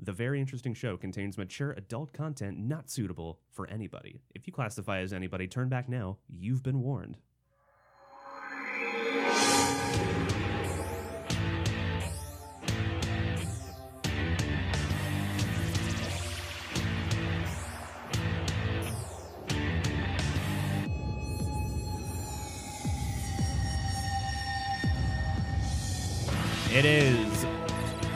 The very interesting show contains mature adult content not suitable for anybody. If you classify as anybody, turn back now. You've been warned. It is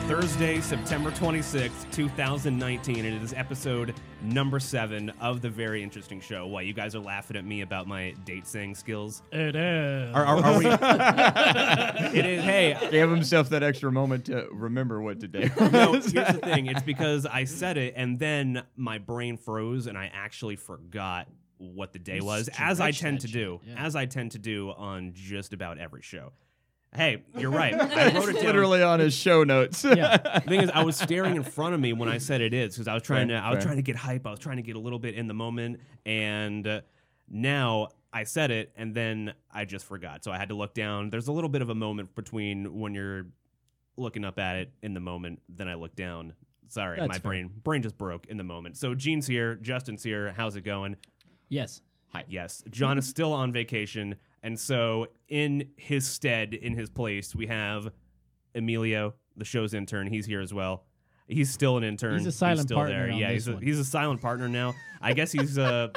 Thursday, September 26th, 2019, and it is episode number seven of The Very Interesting Show. Why, you guys are laughing at me about my date saying skills? It is. Are, are, are we? it is, hey, Gave himself that extra moment to remember what to do. no, here's the thing. It's because I said it and then my brain froze and I actually forgot what the day You was, just as I stretched tend that to shit, do, yeah. as I tend to do on just about every show. Hey, you're right. I wrote it down. Literally on his show notes. yeah. The thing is, I was staring in front of me when I said it is because I was trying Fair, to, I was fair. trying to get hype. I was trying to get a little bit in the moment, and uh, now I said it, and then I just forgot. So I had to look down. There's a little bit of a moment between when you're looking up at it in the moment, then I look down. Sorry, That's my fair. brain brain just broke in the moment. So Gene's here, Justin's here. How's it going? Yes. Yes, John Mm-hmm. is still on vacation, and so in his stead, in his place, we have Emilio, the show's intern. He's here as well. He's still an intern. He's a silent still partner There. on yeah, this he's a, one. he's a silent partner now. I guess he's uh,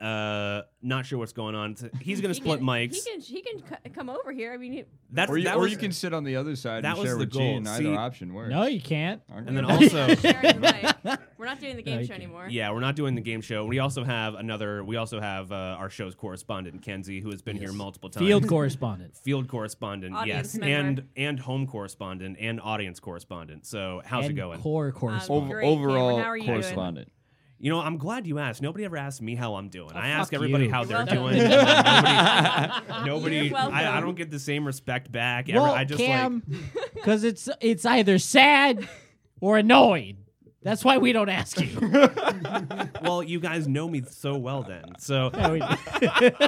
uh, not sure what's going on. He's gonna He split can- mics. He can he can c- come over here. I mean, he, That's Or you, that or was- you can sit on the other side that and was share the with Gene. goal. Either See- option works. No, you can't. Okay. and then we're not also- sharing the mic. we're not doing the game Like- show anymore. Yeah, we're not doing the game show. We also have another. We also have uh, our show's correspondent Kenzie, who has been here Yes. multiple times. Field correspondent. field correspondent, Audience yes, member. and and home correspondent and audience correspondent. So how's and it going? Uh, Core Over- correspondent. Great, overall Cameron. How are you doing? correspondent. you know, I'm glad you asked. Nobody ever asked me how I'm doing. I ask fuck everybody you. how Oh, You're they're welcome. doing. nobody, nobody You're welcome. I, I don't get the same respect back. Ever. well, I just Cam, because it's it's either sad or annoyed. That's why we don't ask you. like, well, you guys know me so well then. So No, we-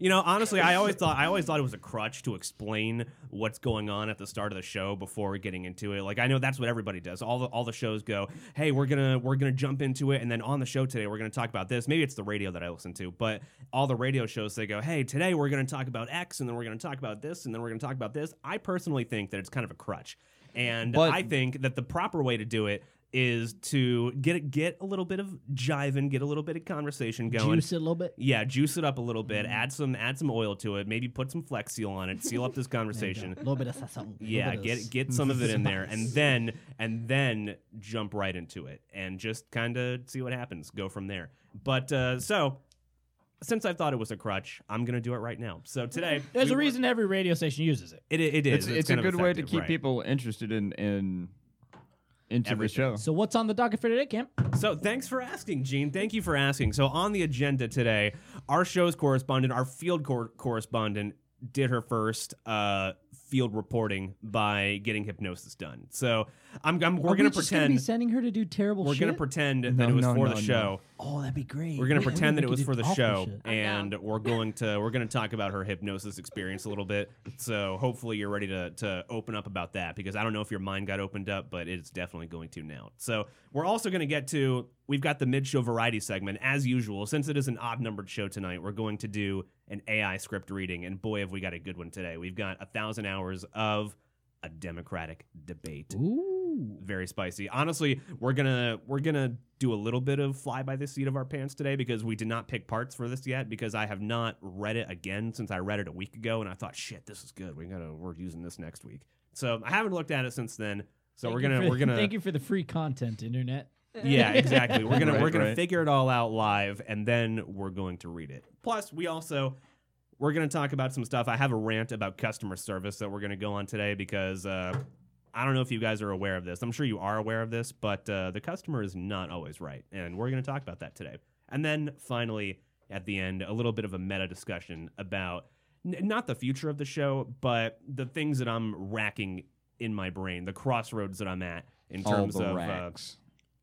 you know, honestly, I always thought I always thought it was a crutch to explain what's going on at the start of the show before getting into it. Like I know that's what everybody does. All the all the shows go, "Hey, we're going to we're going to jump into it and then on the show today we're going to talk about this." Maybe it's the radio that I listen to, but all the radio shows they go, "Hey, today we're going to talk about X and then we're going to talk about this and then we're going to talk about this." I personally think that it's kind of a crutch. And But- I think that the proper way to do it is to get get a little bit of jiving, get a little bit of conversation going. Juice it a little bit. Yeah, juice it up a little bit. Mm-hmm. Add some add some oil to it. Maybe put some Flex Seal on it. Seal up this A conversation. little bit of something. Yeah, get get some of it in there, and then and then jump right into it, and just kind of see what happens. Go from there. But uh, so, since I thought it was a crutch, I'm gonna do it right now. So today, There's we a were- reason every radio station uses it. It, it is. It's, it's a kind of good way to effective, keep right. people interested in, in into Everything. the show. So what's on the docket for today, Cam? So thanks for asking, Gene. Thank you for asking. So on the agenda today, our show's correspondent, our field cor- correspondent, did her first uh, field reporting by getting hypnosis done. So I'm, I'm we're Are we gonna just be pretend sending her to do terrible we're shit? gonna pretend No, that it was no, for no, the no. show. Oh, that'd be great. We're gonna We- we pretend that could it was do for the awful show, shit. I'm and we're going to we're going to talk about her hypnosis experience a little bit. So hopefully you're ready to to open up about that because I don't know if your mind got opened up, but it's definitely going to now. So we're also going to get to we've got the mid show variety segment as usual. Since it is an odd numbered show tonight, we're going to do an AI script reading, and boy have we got a good one today. We've got a thousand hours of a democratic debate Ooh. very spicy. Honestly, we're gonna we're gonna do a little bit of fly by the seat of our pants today because we did not pick parts for this yet because I have not read it again since I read it a week ago and I thought shit this is good we gotta we're using this next week so I haven't looked at it since then so Thank we're you gonna for- we're gonna Thank you for the free content, internet. yeah exactly we're gonna Right, we're gonna right. figure it all out live and then we're going to read it plus we also we're gonna talk about some stuff I have a rant about customer service that we're gonna go on today because. Uh, I don't know if you guys are aware of this. I'm sure you are aware of this, but uh, the customer is not always right. And we're going to talk about that today. And then finally, at the end, a little bit of a meta discussion about n- not the future of the show, but the things that I'm racking in my brain, the crossroads that I'm at in All terms the of. Uh, racks.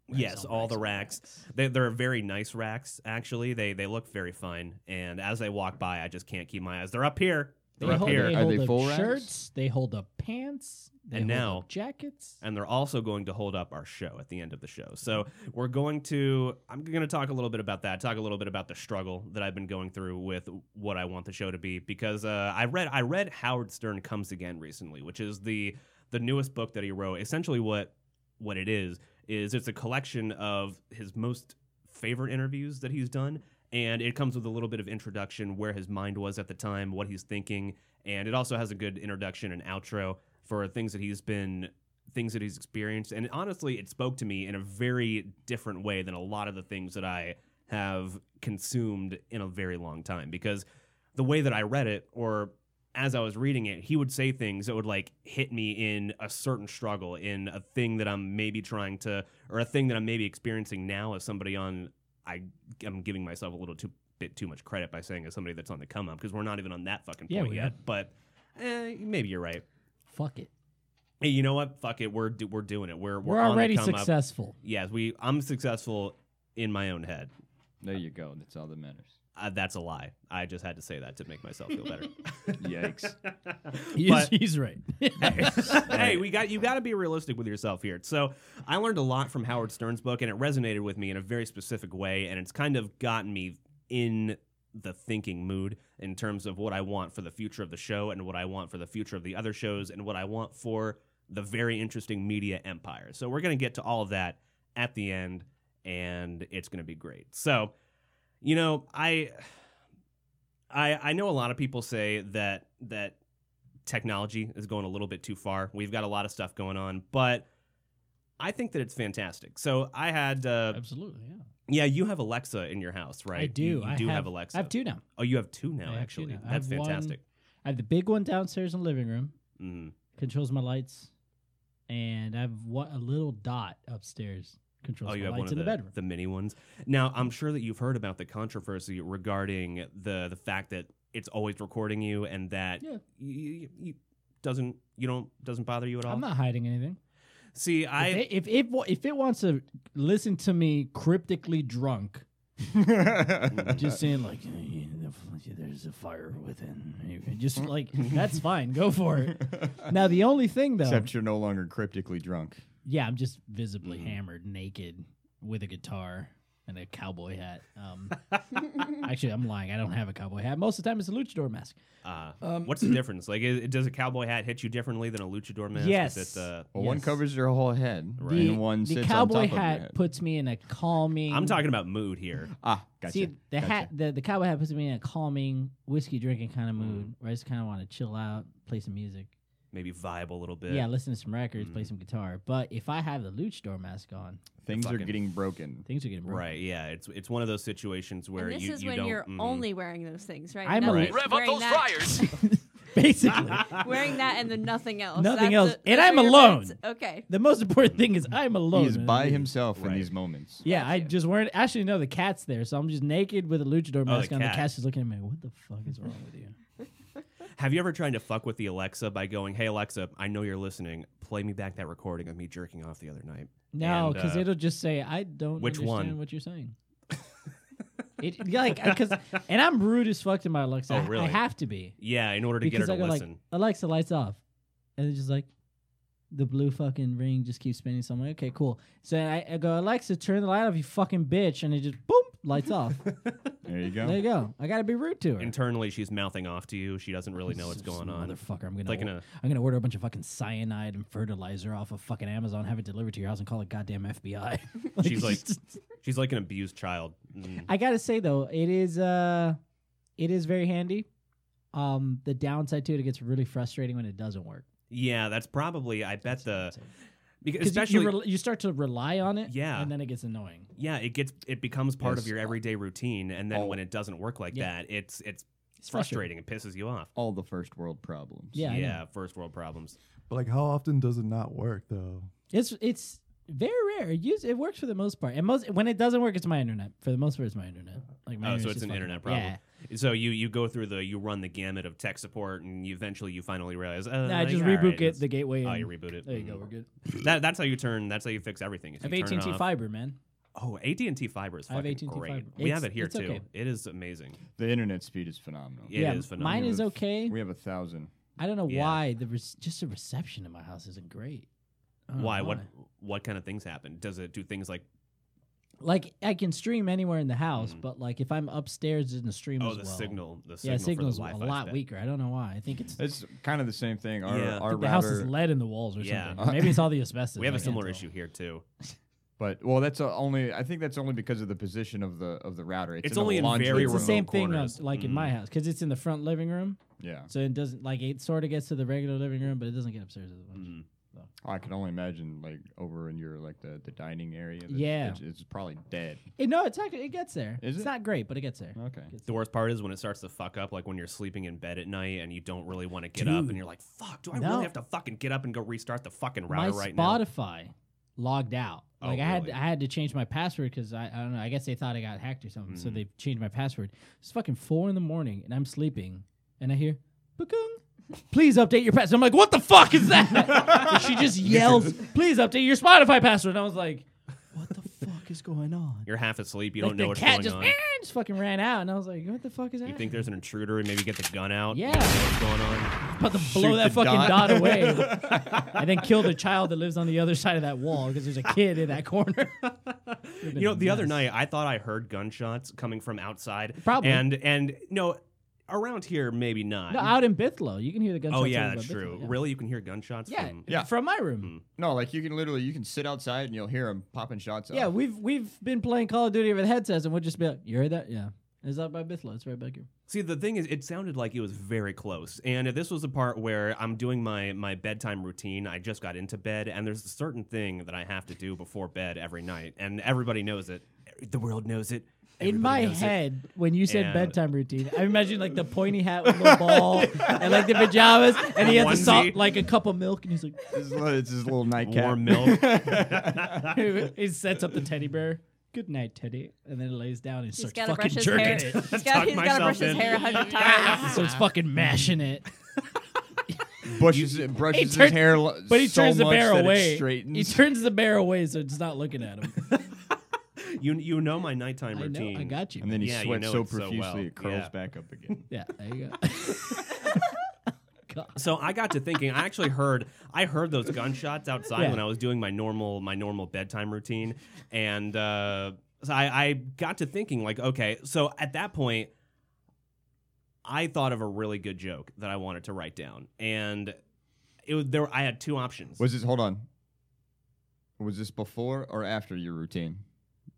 yes, all the racks. They, they're very nice racks, actually. They, they look very fine. And as I walk by, I just can't keep my eyes. They're up here. They're up hold, here. They Are hold they up full ranks? shirts. They hold up pants. They And hold now- up jackets. and they're also going to hold up our show at the end of the show. So we're going to I'm going to talk a little bit about that. Talk a little bit about the struggle that I've been going through with what I want the show to be because uh, I read I read Howard Stern Comes Again recently, which is the the newest book that he wrote. Essentially, what what it is is it's a collection of his most favorite interviews that he's done. And it comes with a little bit of introduction where his mind was at the time, what he's thinking, and it also has a good introduction and outro for things that he's been things that he's experienced. And honestly, it spoke to me in a very different way than a lot of the things that I have consumed in a very long time. Because the way that I read it, or as I was reading it, he would say things that would like hit me in a certain struggle, in a thing that I'm maybe trying to, or a thing that I'm maybe experiencing now as somebody on. I am giving myself a little too bit too much credit by saying as somebody that's on the come up because we're not even on that fucking Yeah, point we yet. But eh, maybe you're right Fuck it. hey, you know what? Fuck it. We're do- we're doing it. We're we're, We're, on the already come Up. successful. Yes, we. I'm successful in my own head. There you go. That's all that matters. Uh, that's a lie. I just had to say that to make myself feel better. Yikes. He's, he's right. hey, we got you. Got to be realistic with yourself here. So I learned a lot from Howard Stern's book, and it resonated with me in a very specific way, and it's kind of gotten me in the thinking mood in terms of what I want for the future of the show, and what I want for the future of the other shows, and what I want for the very interesting media empire. So we're gonna get to all of that at the end, and it's gonna be great. So, you know, I. I, I know a lot of people say that that technology is going a little bit too far. We've got a lot of stuff going on, but I think that it's fantastic. So I had, uh, Absolutely. Yeah. yeah, you have Alexa in your house, right? I do. You, you I do have, have, Alexa. I have two now. Oh, you have two I now, have two actually. now. I That's have one- fantastic. I have the big one downstairs in the living room. Mm. Controls my lights, and I have what a little dot upstairs controls Oh, you my have one lights of in the, the bedroom. the mini ones. Now, I'm sure that you've heard about the controversy regarding the the fact that it's always recording you and that Yeah. you, doesn't you don't doesn't bother you at all. I'm not hiding anything. See, I if, it, if it wa- if it wants to listen to me cryptically drunk, Uh, just saying like "Yeah, the- there's a fire within, just like that's fine, go for it. Now the only thing though, Except you're no longer cryptically drunk. yeah, I'm just visibly Mhm. hammered, naked, with a guitar and a cowboy hat. Um, actually, I'm lying. I don't have a cowboy hat. Most of the time, it's a luchador mask. Uh, Um, what's the difference? Like, i does a cowboy hat hit you differently than a luchador mask? Yes. Is it, uh, Well, one Yes. covers your whole head, Right. The, and one the sits cowboy on top hat of your head. puts me in a calming. I'm talking about mood here. ah, gotcha. See the gotcha. hat, the, the cowboy hat puts me in a calming whiskey drinking kind of Mm. mood where I just kind of want to chill out, play some music. Maybe vibe a little bit. Mm. Yeah, listen to some records, play some guitar. But if I have the luchador mask on, Things are fucking- getting broken. things are getting broken. Right. Yeah. It's it's one of those situations where and this you, is you when don't. you're mm. only wearing those things, right? I'm Not a- Right. Rev up wearing those that- fryers. Basically, Wearing that and then nothing else. Nothing That's else. the- And those I'm are your alone. bits. Okay. the most important thing is I'm alone. He's man. by himself Right. in these moments. Yeah, I Gotcha. just weren't. Actually, no, the cat's there, so I'm just naked with a luchador mask on. Oh, cat. The cat's just looking at me. What the fuck is wrong with you? Have you ever tried to fuck with the Alexa by going, "Hey Alexa, I know you're listening. Play me back that recording of me jerking off the other night." No, And, because uh, it'll just say I don't which understand one? what you're saying. it like because and I'm rude as fuck to my Alexa. Oh, I- I really? have to be Yeah, in order to get because her I to go listen. like Alexa lights off, and it's just like the blue fucking ring just keeps spinning. So I'm like, okay, cool. So I, I go Alexa, turn the light off, you fucking bitch, and it just boom lights off. There you There you go. go. I gotta be rude to her. Internally, she's mouthing off to you. She doesn't really know what's This going on. Motherfucker, I'm gonna, like like in a- I'm gonna order a bunch of fucking cyanide and fertilizer off of fucking Amazon, have it delivered to your house, and call it goddamn FBI. She's like- She's like an abused child. Mm. I gotta say though, it is uh, it is very handy. Um, the downside to it, it gets really frustrating when it doesn't work. Yeah, that's probably. I bet the because Because you, especially you, rel you start to rely on it, Yeah. and then it gets annoying. yeah, it gets it becomes part of Yes. your everyday routine, and then Oh. when it doesn't work like Yeah. that, it's it's It's frustrating. It pisses you off. All the first world problems. Yeah, I know. yeah, first world problems. But like, how often does it not work though? It's it's very rare. It, use, it works for the most part, and most when it doesn't work, it's my internet. For the most part, it's my internet. Like my Oh, internet's so it's just an fucking- internet problem. Yeah. So you you go through the you run the gamut of tech support, and you eventually you finally realize. Uh, Nah, just yeah, reboot alright, it, it's- the gateway. Oh, and- you reboot it. there you go. Mm. We're good. That, that's how you turn. That's how you fix everything. is I have you turn AT&T off- fiber, man. Oh, AT and T fiber is I have fucking AT&T great. fiber. We It's- have it here it's too. okay. It is amazing. The internet speed is phenomenal. It yeah, is phenomenal. mine is We have- okay. We have a thousand. I don't know Yeah. why the res- just the reception in my house isn't great. I don't know Why? What? What kind of things happen? Does it do things like Like I can stream anywhere in the house, Mm. but like if I'm upstairs, it doesn't stream oh as the well. signal the signal yeah, signal's for the Wi-Fi a lot stuff. weaker. I don't know why. I think it's I It's kind of the same thing. Our Yeah. our think the house is router- lead in the walls or Yeah. something. Maybe it's all the asbestos. We have I a can't similar tell. issue here too. But well, that's uh only. I think that's only because of the position of the of the router. It's, It's in only a in laundry very It's the remote room. same thing, uh, corners. like in Mm. my house, because it's in the front living room, Yeah, so it doesn't like it sort of gets to the regular living room, but it doesn't get upstairs as much. Mm. I can only imagine like over in your like the, the dining area. that's- Yeah. it's, it's probably dead. It- no, it's actually it gets there. Is it's it? not great, but it gets there. Okay, The worst part is when it starts to fuck up, like when you're sleeping in bed at night and you don't really want to get up, and Dude. you're like, "Fuck, do I No. really have to fucking get up and go restart the fucking my router right now?" Spotify logged out. Oh, Like I had really? I had to change my password because I, I don't know. I guess they thought I got hacked or something, so Mhm. they changed my password. It's fucking four in the morning, and I'm sleeping, and I hear, "Ba-goong. Please update your password." I'm like, "What the fuck is that?" And she just yells, "Please update your Spotify password." And I was like, "What the fuck is going on?" You're half asleep. You like don't know the what's cat going just, on. "Eh," just fucking ran out, and I was like, "What the fuck is that?" You think there's an intruder and maybe get the gun out. Yeah. You don't know what's going on? about to blow Shoot that the fucking dot, dot. away, and then kill the child that lives on the other side of that wall because there's a kid in that corner. You know, the other night I thought I heard gunshots coming from outside. Probably. And and no, around here maybe not. no, out in Bithlow, you can hear the gunshots. oh yeah, over that's by Bithlow, true. Mm. yeah. Really, you can hear gunshots. Yeah, From, Yeah. from my room. no, like you can literally you can sit outside and you'll hear them popping shots. Oh. Yeah, off. we've we've been playing Call of Duty with headsets, and we'll just be like, "You heard that? Yeah, it's out by Bithlow. It's right back here." See, the thing is, it sounded like it was very close, and this was the part where I'm doing my my bedtime routine. I just got into bed, and there's a certain thing that I have to do before bed every night, and everybody knows it. The world knows it. In Everybody my knows it. head, when you said And- bedtime routine, I imagined like the pointy hat with the ball and like the pajamas, and he had the salt, Onesie. like a cup of milk, and he's like, it's, li- it's his little nightcap. warm milk. he sets up the teddy bear. Good night, Teddy, and then lays down and He's starts got to brush fucking his jerking hair. it. He's Tuck got to brush myself his in. hair a hundred times. so it's fucking mashing it. Bushes it, brushes his turns- hair, lo- But he so turns the much bear that it away. straightens. He turns the bear away so it's not looking at him. you you know my nighttime I know. routine. I got you. and then he Yeah, you sweats know so it so well. profusely it curls Yeah. back up again. yeah, there you go. So I got to thinking. I actually heard I heard those gunshots outside Yeah. when I was doing my normal my normal bedtime routine, and uh, so I, I got to thinking like, okay, so at that point, I thought of a really good joke that I wanted to write down, and it was there. I had two options. Was this hold on? Was this before or after your routine?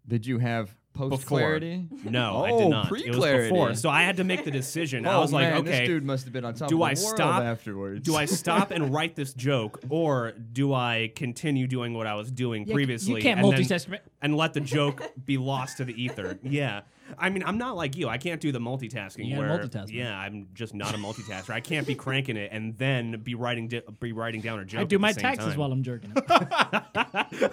Did you have post clarity? no, I Oh, did not. It was pre-clarity. before, so I had to make the decision. I Oh, was like, man, okay, this dude must have been on top. do of I the world stop? afterwards? do I stop and write this joke, or do I continue doing what I was doing previously? you can't and then- multitask. and let the joke be lost to the ether. Yeah. I mean, I'm not like you. I can't do the multitasking You gotta where multitask, man. Yeah, I'm just not a multitasker. I can't be cranking it and then be writing di- be writing down a joke. I do at the my same taxes time. while I'm jerking it.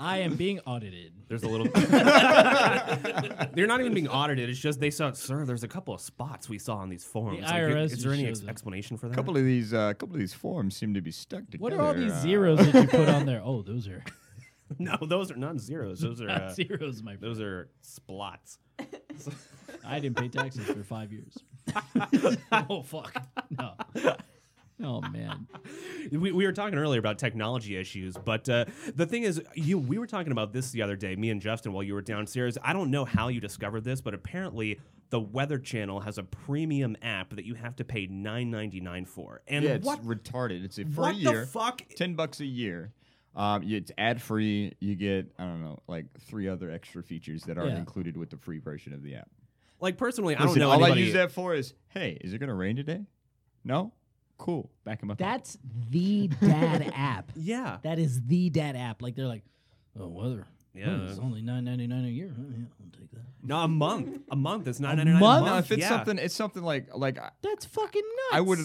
I am being audited. There's a little They're not even being audited. It's just they saw, "Sir, there's a couple of spots we saw on these forms." The Like, IRS is there any just ex- shows up. explanation for that? A couple of these, uh, couple of these forms seem to be stuck together. What are all these uh, zeros that you put on there? Oh, those are no, those are not zeros. Those are uh, zeros, my friend. those are splots. I didn't pay taxes for five years. oh fuck. No. Oh man. we, we were talking earlier about technology issues, but uh, the thing is, you we were talking about this the other day, me and Justin, while you were downstairs. I don't know how you discovered this, but apparently the Weather Channel has a premium app that you have to pay nine ninety nine for. And Yeah, it's what, retarded. It's a for what a year, the fuck? ten bucks a year. Um, you- it's ad free. You get I don't know, like three other extra features that aren't Yeah. included with the free version of the app. Like personally, I don't Listen, know all anybody. I use that for is, hey, is it going to rain today? No, cool. Back him up. That's the dad app. yeah, That is the dad app. Like they're like, oh weather. Yeah. Oh, it's only nine ninety nine a year. Oh, yeah, I'll take that. no, a month, a month. It's nine ninety nine. month? no, if it's yeah. something, it's something like like I, That's fucking nuts. I would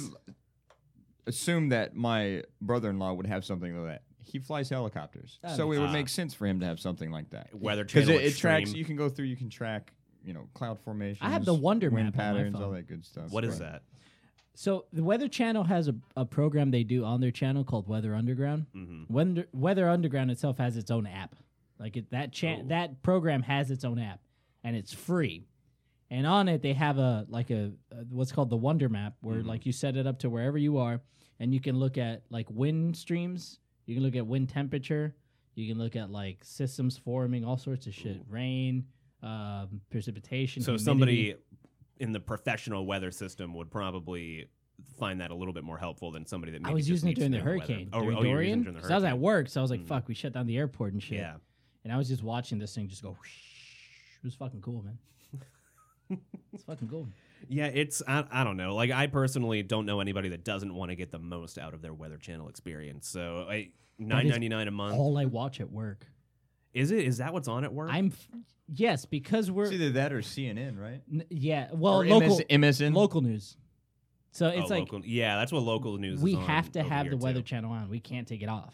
assume that my brother in law would have something like that. He flies helicopters, That so it makes would sense. make sense for him to have something like that. Weather Because Channel it, it tracks. Extreme. You can go through. You can track. You know, cloud formations. I have the Wonder wind Map on my patterns, all phone. that good stuff. What is Right. that? So the Weather Channel has a, a Mm-hmm. program they do on their channel called Weather Underground. Weather Weather Underground itself has its own app. Like it, that Oh. cha- that program has its own app, and it's free. And on it, they have a like a, a what's called the Wonder Map, where Mm-hmm. Mhm. like you set it up to wherever you are, and you can look at like wind streams. You can look at wind temperature. You can look at like systems forming, all sorts of shit, rain, um, precipitation. So humidity. somebody in the professional weather system would probably find that a little bit more helpful than somebody that maybe I was just using it needs during to the know weather. hurricane. Oh, during oh, you were using Dorian. it during the 'Cause I was at hurricane. work, so I was like, Mhm. "Fuck, we shut down the airport and shit." Yeah. And I was just watching this thing just go. Whoosh. It was fucking cool, man. it's fucking cool. Yeah, it's I, I don't know. Like I personally don't know anybody that doesn't want to get the most out of their Weather Channel experience. So I nine ninety nine a month All I watch at work. is it? Is that what's on at work? I'm f- yes because we're It's either that or CNN, right? n- yeah well or local MS, MSN. local news. So Oh, it's like local- yeah, that's what local news. we is on have to over have here, the Weather Too. Channel on. We can't take it off.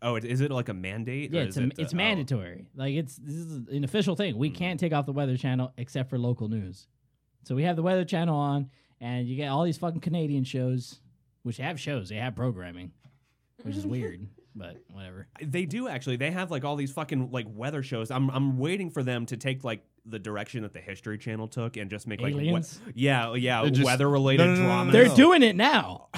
Oh, it, is it like a mandate? yeah, or it's is a, it, uh, it's oh. mandatory. Like it's this is an official thing. We Mm. can't take off the Weather Channel except for local news. So we have the Weather Channel on, and you get all these fucking Canadian shows, which have shows. They have programming, which is weird, but whatever. They do actually. They have like all these fucking like weather shows. I'm I'm waiting for them to take like the direction that the History Channel took and just make like we- Aliens? yeah, yeah, They're just- weather related No, no, no, no, drama. no. They're doing it now.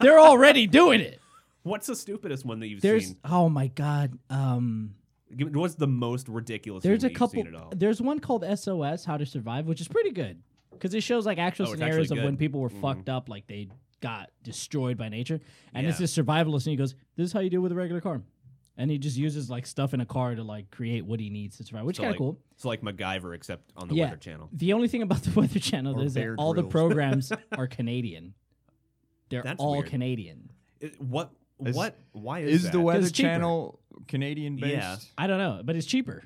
They're already doing it. What's the stupidest one that you've There's seen? oh my god. Um, Give- What's the most ridiculous? there's a thing that you've couple. seen at all? There's one called SOS: How to Survive, which is pretty good because it shows like actual Oh, it's actually scenarios of when good. people were Mhm. fucked up, like they got destroyed by nature. And Yeah. it's this survivalist, and he goes, "This is how you do with a regular car." And he just uses like stuff in a car to like create what he needs to survive, which So, is kind like, of cool. It's like MacGyver except on the Yeah. Weather Channel. The only thing about the Weather Channel Or is that Bear all the Grylls. programs are Canadian. They're That's all weird. Canadian. It- what? Is- what? Why is, Is the that? Weather cheaper. Channel Canadian based? Yeah. I don't know, but it's cheaper.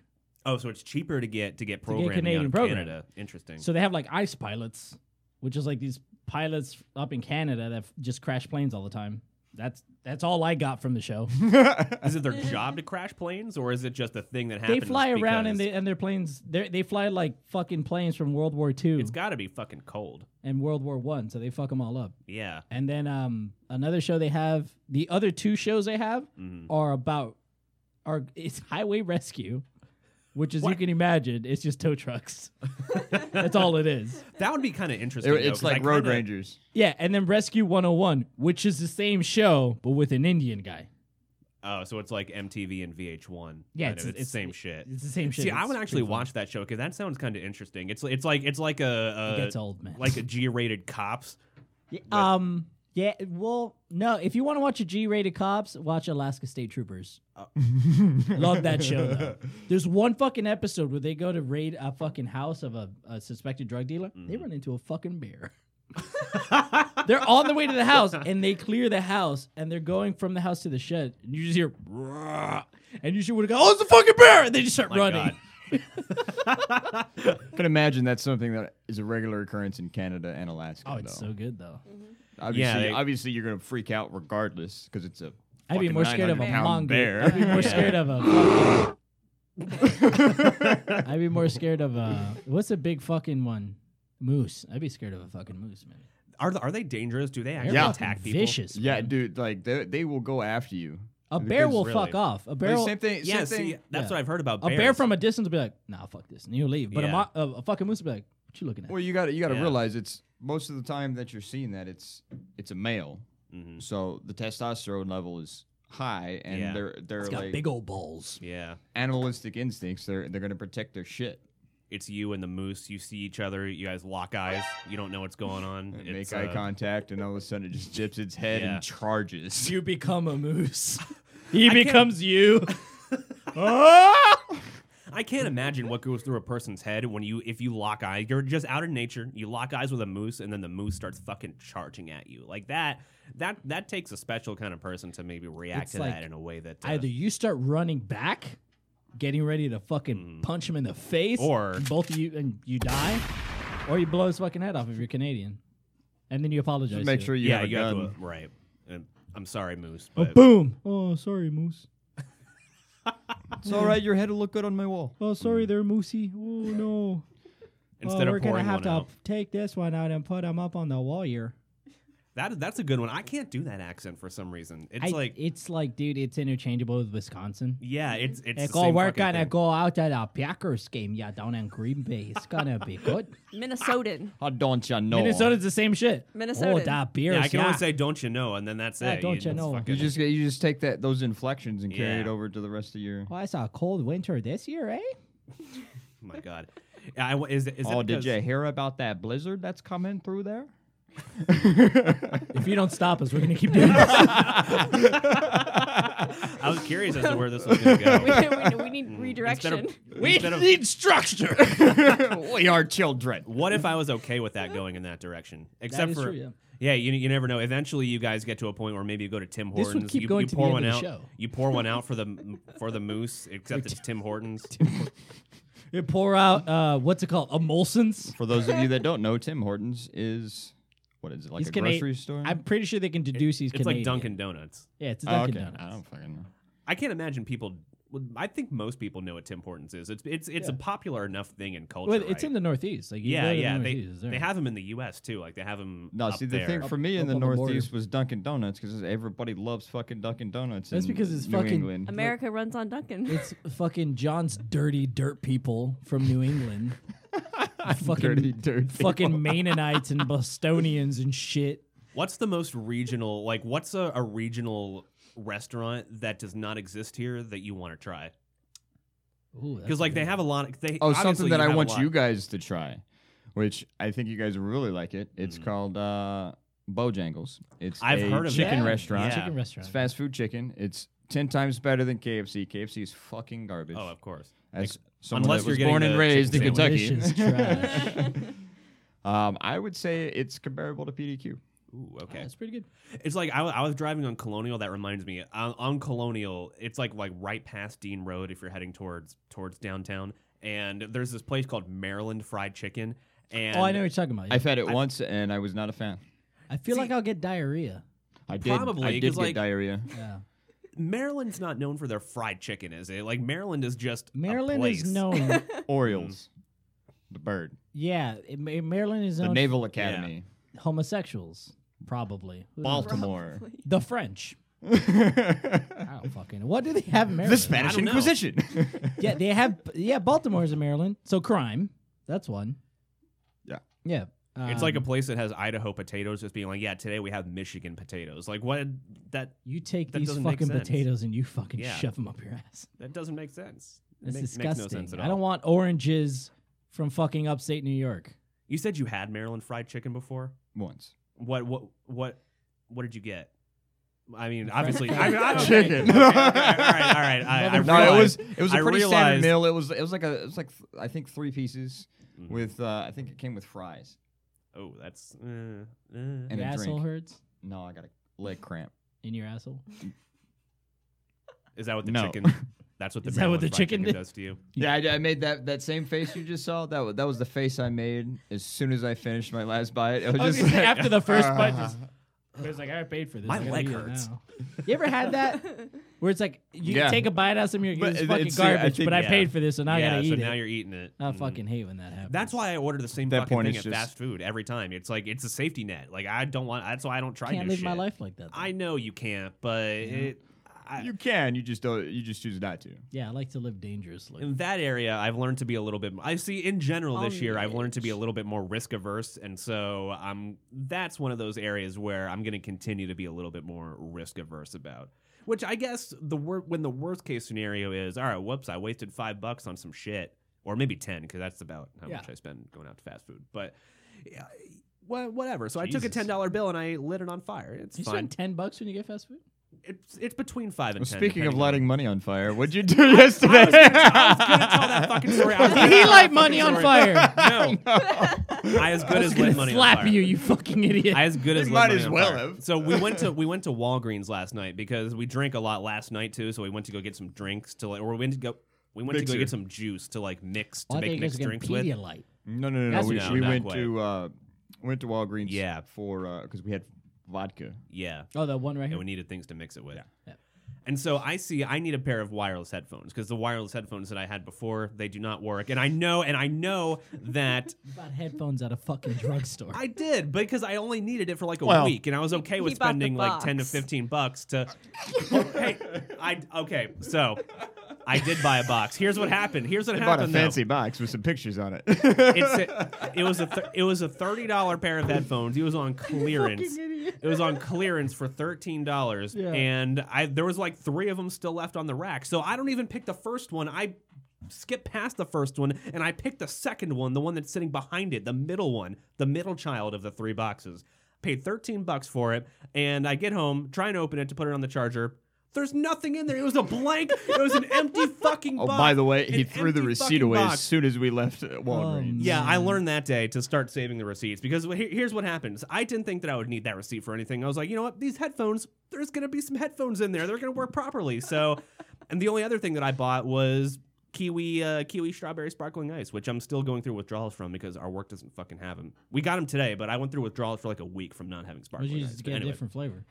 Oh, so it's cheaper to get to get programming out Canadian of program. Canada. Interesting. So they have like ice pilots, which is like these pilots up in Canada that f- just crash planes all the time. That's that's all I got from the show. is it their job to crash planes, or is it just a thing that they happens? fly around and because they and their planes they they fly like fucking planes from World War II It's got to be fucking cold. and World War One, so they fuck them all up. Yeah. And then um another show they have the other two shows they have Mhm. are about are it's Highway Rescue, which as you What? can imagine, it's just tow trucks. that's all it is. That would be kind of interesting. It- though, it's 'cause I like Road kinda- Rangers. Yeah, and then Rescue 101, which is the same show but with an Indian guy. Oh, so it's like MTV and VH1. Yeah, kind it's- of. it's, it's- same shit. It's the same shit. See, I It's would actually pretty watch that show because that sounds kind of interesting. It's it's like it's like fun. It a, gets a old, man. like a G-rated cops. um, yeah. Well, no. If you want to watch a G-rated cops, watch Alaska State Troopers. Oh. Love that show. Though. There's one fucking episode where they go to raid a fucking house of a, a suspected drug dealer. They Mm-hmm. run into a fucking bear. they're on the way to the house and they clear the house and they're going from the house to the shed and you just hear "Rah," and you should would go oh it's a fucking bear and they just start My running. God. I can imagine that's something that is a regular occurrence in Canada and Alaska. Oh, it's though. so good though. Obviously, Yeah, they- obviously you're gonna freak out regardless because it's a. I'd be fucking more scared of a 900 pound mongoose. bear. I'd be more scared of a. fucking- I'd be more scared of a. What's a big fucking one? Moose. I'd be scared of a fucking moose, man. Are th- are they dangerous? Do they actually They're fucking attack people? Vicious. Yeah, man. dude, like they, they will go after you. A bear will Really? fuck off. A bear. Like, Will, same thing. Yeah, same thing. see, that's yeah. what I've heard about a bears. bear from a distance will be like, nah, fuck this, and he'll leave. But Yeah. a, mo- a, a fucking moose will be like, what you looking at? Well, you got to you got to Yeah. realize it's most of the time that you're seeing that it's it's a male, Mhm. so the testosterone level is high, and Yeah. they're they're It's got like big old balls. Yeah. animalistic instincts. They're they're gonna protect their shit. It's you and the moose. You see each other. You guys lock eyes. You don't know what's going on. And It's, make eye uh, contact, and all of a sudden it just dips its head Yeah. and charges. You become a moose. he can't- becomes you. I can't imagine what goes through a person's head when you, if you lock eyes, you're just out in nature. You lock eyes with a moose, and then the moose starts fucking charging at you like that. That that takes a special kind of person to maybe react It's to like that in a way that uh, Either you start running back, getting ready to fucking punch him in the face, Mm. Or- and both of you and you die, or you blow his fucking head off if you're Canadian, and then you apologize. Just make to sure it. you yeah, uh, have a you gun. have to right. And I'm sorry, moose, Oh, but boom! Oh, sorry, moose. It's all right. Your head will look good on my wall. Oh, sorry, there, moosey. Oh no! Mm. instead oh, we're of pouring gonna have one to out, take this one out and put him up on the wall here. That that's a good one. I can't do that accent for some reason. It's I- like it's like, dude, it's interchangeable with Wisconsin. yeah, it's it's I the go same work fucking and I thing. go out at a Packers game. Yeah, down in Green Bay, it's gonna be good. Minnesotan. How don't you know? Minnesota's the same shit. Oh, Minnesotan. that beer. Yeah, I can only say "Don't you know" and then that's Yeah, it. don't it's you know. fucking- You just you just take that those inflections and carry it Yeah. over to the rest of your. Oh, it's a cold winter this year, eh? oh my god. Yeah, I, is, is Oh, it did because- you hear about that blizzard that's coming through there? If you don't stop us, we're gonna keep doing this. I was curious as to where this was going to go. we, we, we need redirection. Mm. Instead of, instead of- structure. we are children. what if I was okay with that going in that direction? Except is for true, yeah. you you never know. Eventually, you guys get to a point where maybe you go to Tim This Hortons. would keep you, going you to the pour end one of the out. show. You pour one out for the for the moose, except it's Tim Hortons. You pour out uh, what's it called? A Molson's. For those of you that don't know, Tim Hortons is what is it like He's a Cana- grocery store? I'm pretty sure they can deduce he's it's Canadian. like Dunkin' Donuts. Yeah, it's a Oh, Dunkin' okay. I Donuts. don't fucking know. I can't imagine people. would- I think most people know what Tim Hortons is. It's it's it's a popular enough thing in culture. Well, it's right? in the Northeast. Like you yeah go to the yeah. They, Northeast, it's there. they have them in the U.S. too. Like they have them. No, up see the there. thing for me up in the on the border. Northeast was Dunkin' Donuts because everybody loves fucking Dunkin' Donuts. That's in because it's New fucking- England. America runs on Duncan. It's fucking John's dirty dirt people from New England. fucking Dirty, dirty fucking Maimonites and Bostonians and shit. What's the most regional? Like, what's a, a regional restaurant that does not exist here that you want to try? Because like they have a lot. They Oh, obviously something that I have a want lot. you guys to try, which I think you guys will really like it. It's called uh, Bojangles. It's Mm-hmm. I've a heard of chicken that. restaurant. Yeah. chicken restaurant. It's fast food chicken. It's ten times better than KFC. KFC is fucking garbage. Oh, of course. As Ex- someone unless that you're was getting born the and raised in chicken Kentucky, Delicious trash. um, I would say it's comparable to PDQ. Ooh, okay. That's pretty good. It's like I, wa- I was driving on Colonial. That reminds me on, on Colonial. It's like like right past Dean Road if you're heading towards towards downtown. And there's this place called Maryland Fried Chicken. And oh, I know what you're talking about. yeah. I I've had it once and I was not a fan. feel like I'll get diarrhea. I did. Probably, I did 'cause, get like- diarrhea. Yeah. Maryland's not known for their fried chicken, is it? Like Maryland is just a Maryland is place. known. Mm. Orioles, the bird, yeah, it- Ma- Maryland is the known Naval Academy, for homosexuals, probably. Who knows? Baltimore. The French. I don't fucking know. What do they have in Maryland? The Spanish I don't know. Inquisition. Yeah, they have. Yeah, Baltimore's in Maryland. So crime. That's one. Yeah. Yeah. It's like a um, place that has Idaho potatoes, just being like, yeah, today we have Michigan potatoes. Like what? That You take that these doesn't make fucking sense. potatoes and you fucking Yeah. shove them up your ass. that doesn't make sense. It That's ma- disgusting. Makes no sense at all. I don't want oranges from fucking upstate New York. You said you had Maryland fried chicken before. Once. What? What? What? What did you get? I mean, obviously, I mean, I don't- Chicken. Okay, okay, okay, all right, all right. I, I No, No, it was realized- it was a I pretty standard realized- meal. It was it was like a it was like th- I think three pieces Mm. with uh, I think it came with fries Oh, that's. Uh, uh. and your a asshole drink. hurts No, I got a leg cramp. in your asshole. Is that what the No. chicken? That's what the Is that what Maryland the fried chicken did? does to you? Yeah, I, I made that that same face you just saw. That wa- that was the face I made as soon as I finished my last bite. It was I was just gonna say, like, after the first bite, just, it was like I paid for this. My I gotta leg eat it hurts. now. You ever had that where it's like you Yeah. take a bite out of some of your But it's it- fucking it's- I garbage, think- but I yeah. paid for this, so now I yeah, gotta so eat now it. Uh, you're eating it. I Mhm. fucking hate when that happens. That's why I order the same That fucking point thing at is just- fast food every time. It's like it's a safety net. Like I don't want. That's why I don't try. I can't new live my shit. life like that. though. I know you can't, but it, I, you can, you just don't, you just choose not to. yeah, I like to live dangerously. in that area, I've learned to be a little bit. I see in general this On year, the I've learned to be a edge. little bit more risk averse, and so I'm. That's one of those areas where I'm going to continue to be a little bit more risk averse about. Which I guess the wor- when the worst case scenario is, all right, whoops, I wasted five bucks on some shit, or maybe ten, because that's about how Yeah. much I spend going out to fast food. But yeah, wha- whatever. So I took a Jesus. ten dollar bill and I lit it on fire. It's You fine. spend ten bucks when you get fast food. it's it's between five and Well, ten. speaking of depending on- lighting money on fire, what'd you do I yesterday? was gonna, I was gonna tell that fucking story. I was gonna he tell light that money fucking on story. fire. No. I as good as lit money Slap on fire. you, you fucking idiot. I as good as You lit might money as on well fire. have. So we went to we went to Walgreens last night because we drank a lot last night too. So we went to go get some drinks to like, or we went to go we went to Mixer. go get some juice to like mix to Why make mixed drinks with. Pedialyte? No, no, no, That's no. We, no, we not went quite. to uh, went to Walgreens. Yeah. for because we had vodka. Yeah, Oh, that one right and here. we needed things to mix it with. Yeah. Yeah. And so I see I need a pair of wireless headphones because the wireless headphones that I had before they do not work. And I know and I know that You bought headphones at a fucking drugstore. I did because I only needed it for like a Well- week, and I was okay with he bought the spending like ten to box. fifteen bucks to. hey, I okay, so I did buy a box. Here's what happened. Here's what I bought a happened. though. fancy box with some pictures on it. It's a, it was a th- it was a thirty dollar pair of headphones. It was on clearance. It was on clearance for thirteen dollars, Yeah. and I there was like three of them still left on the rack. So I don't even pick the first one. I skip past the first one and I pick the second one, the one that's sitting behind it, the middle one, the middle child of the three boxes. Paid thirteen bucks for it, and I get home, try and open it to put it on the charger. There's nothing in there. It was a blank. It was an empty fucking oh, box. by the way, he An threw the empty receipt fucking away as box. Oh, soon as we left Walgreens. Yeah, I Mm. learned that day to start saving the receipts because wh- here- here's what happens. I didn't think that I would need that receipt for anything. I was like, you know what? These headphones, there's going to be some headphones in there. They're going to work properly. So, and the only other thing that I bought was kiwi uh, kiwi strawberry sparkling ice, which I'm still going through withdrawals from because our work doesn't fucking have them. We got them today, but I went through withdrawals for like a week from not having Or you sparkling ice. just But get a anyway. different flavor.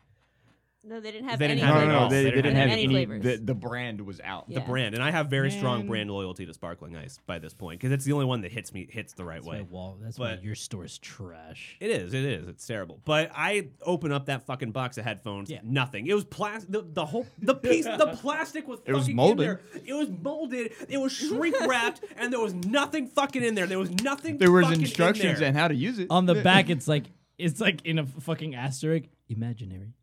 No, they didn't have They any. didn't have No, it no, at no, all. they, They they didn't have any any. flavors. The, the brand was out. The Yeah. brand, and I have very strong Man. brand loyalty to sparkling ice by this point because it's the only one that hits me hits the right That's way. why, Wal- that's why But- your store's trash. It is. It is. It's terrible. But I open up that fucking box of headphones. Yeah. Nothing. It was plastic. The, the whole the piece. the plastic was. It was fucking in molded. there. It was molded. It was shrink wrapped, and there was nothing fucking in there. There was nothing. There was fucking in instructions there. on how to use it On the back, it's like it's like in a fucking asterisk, imaginary.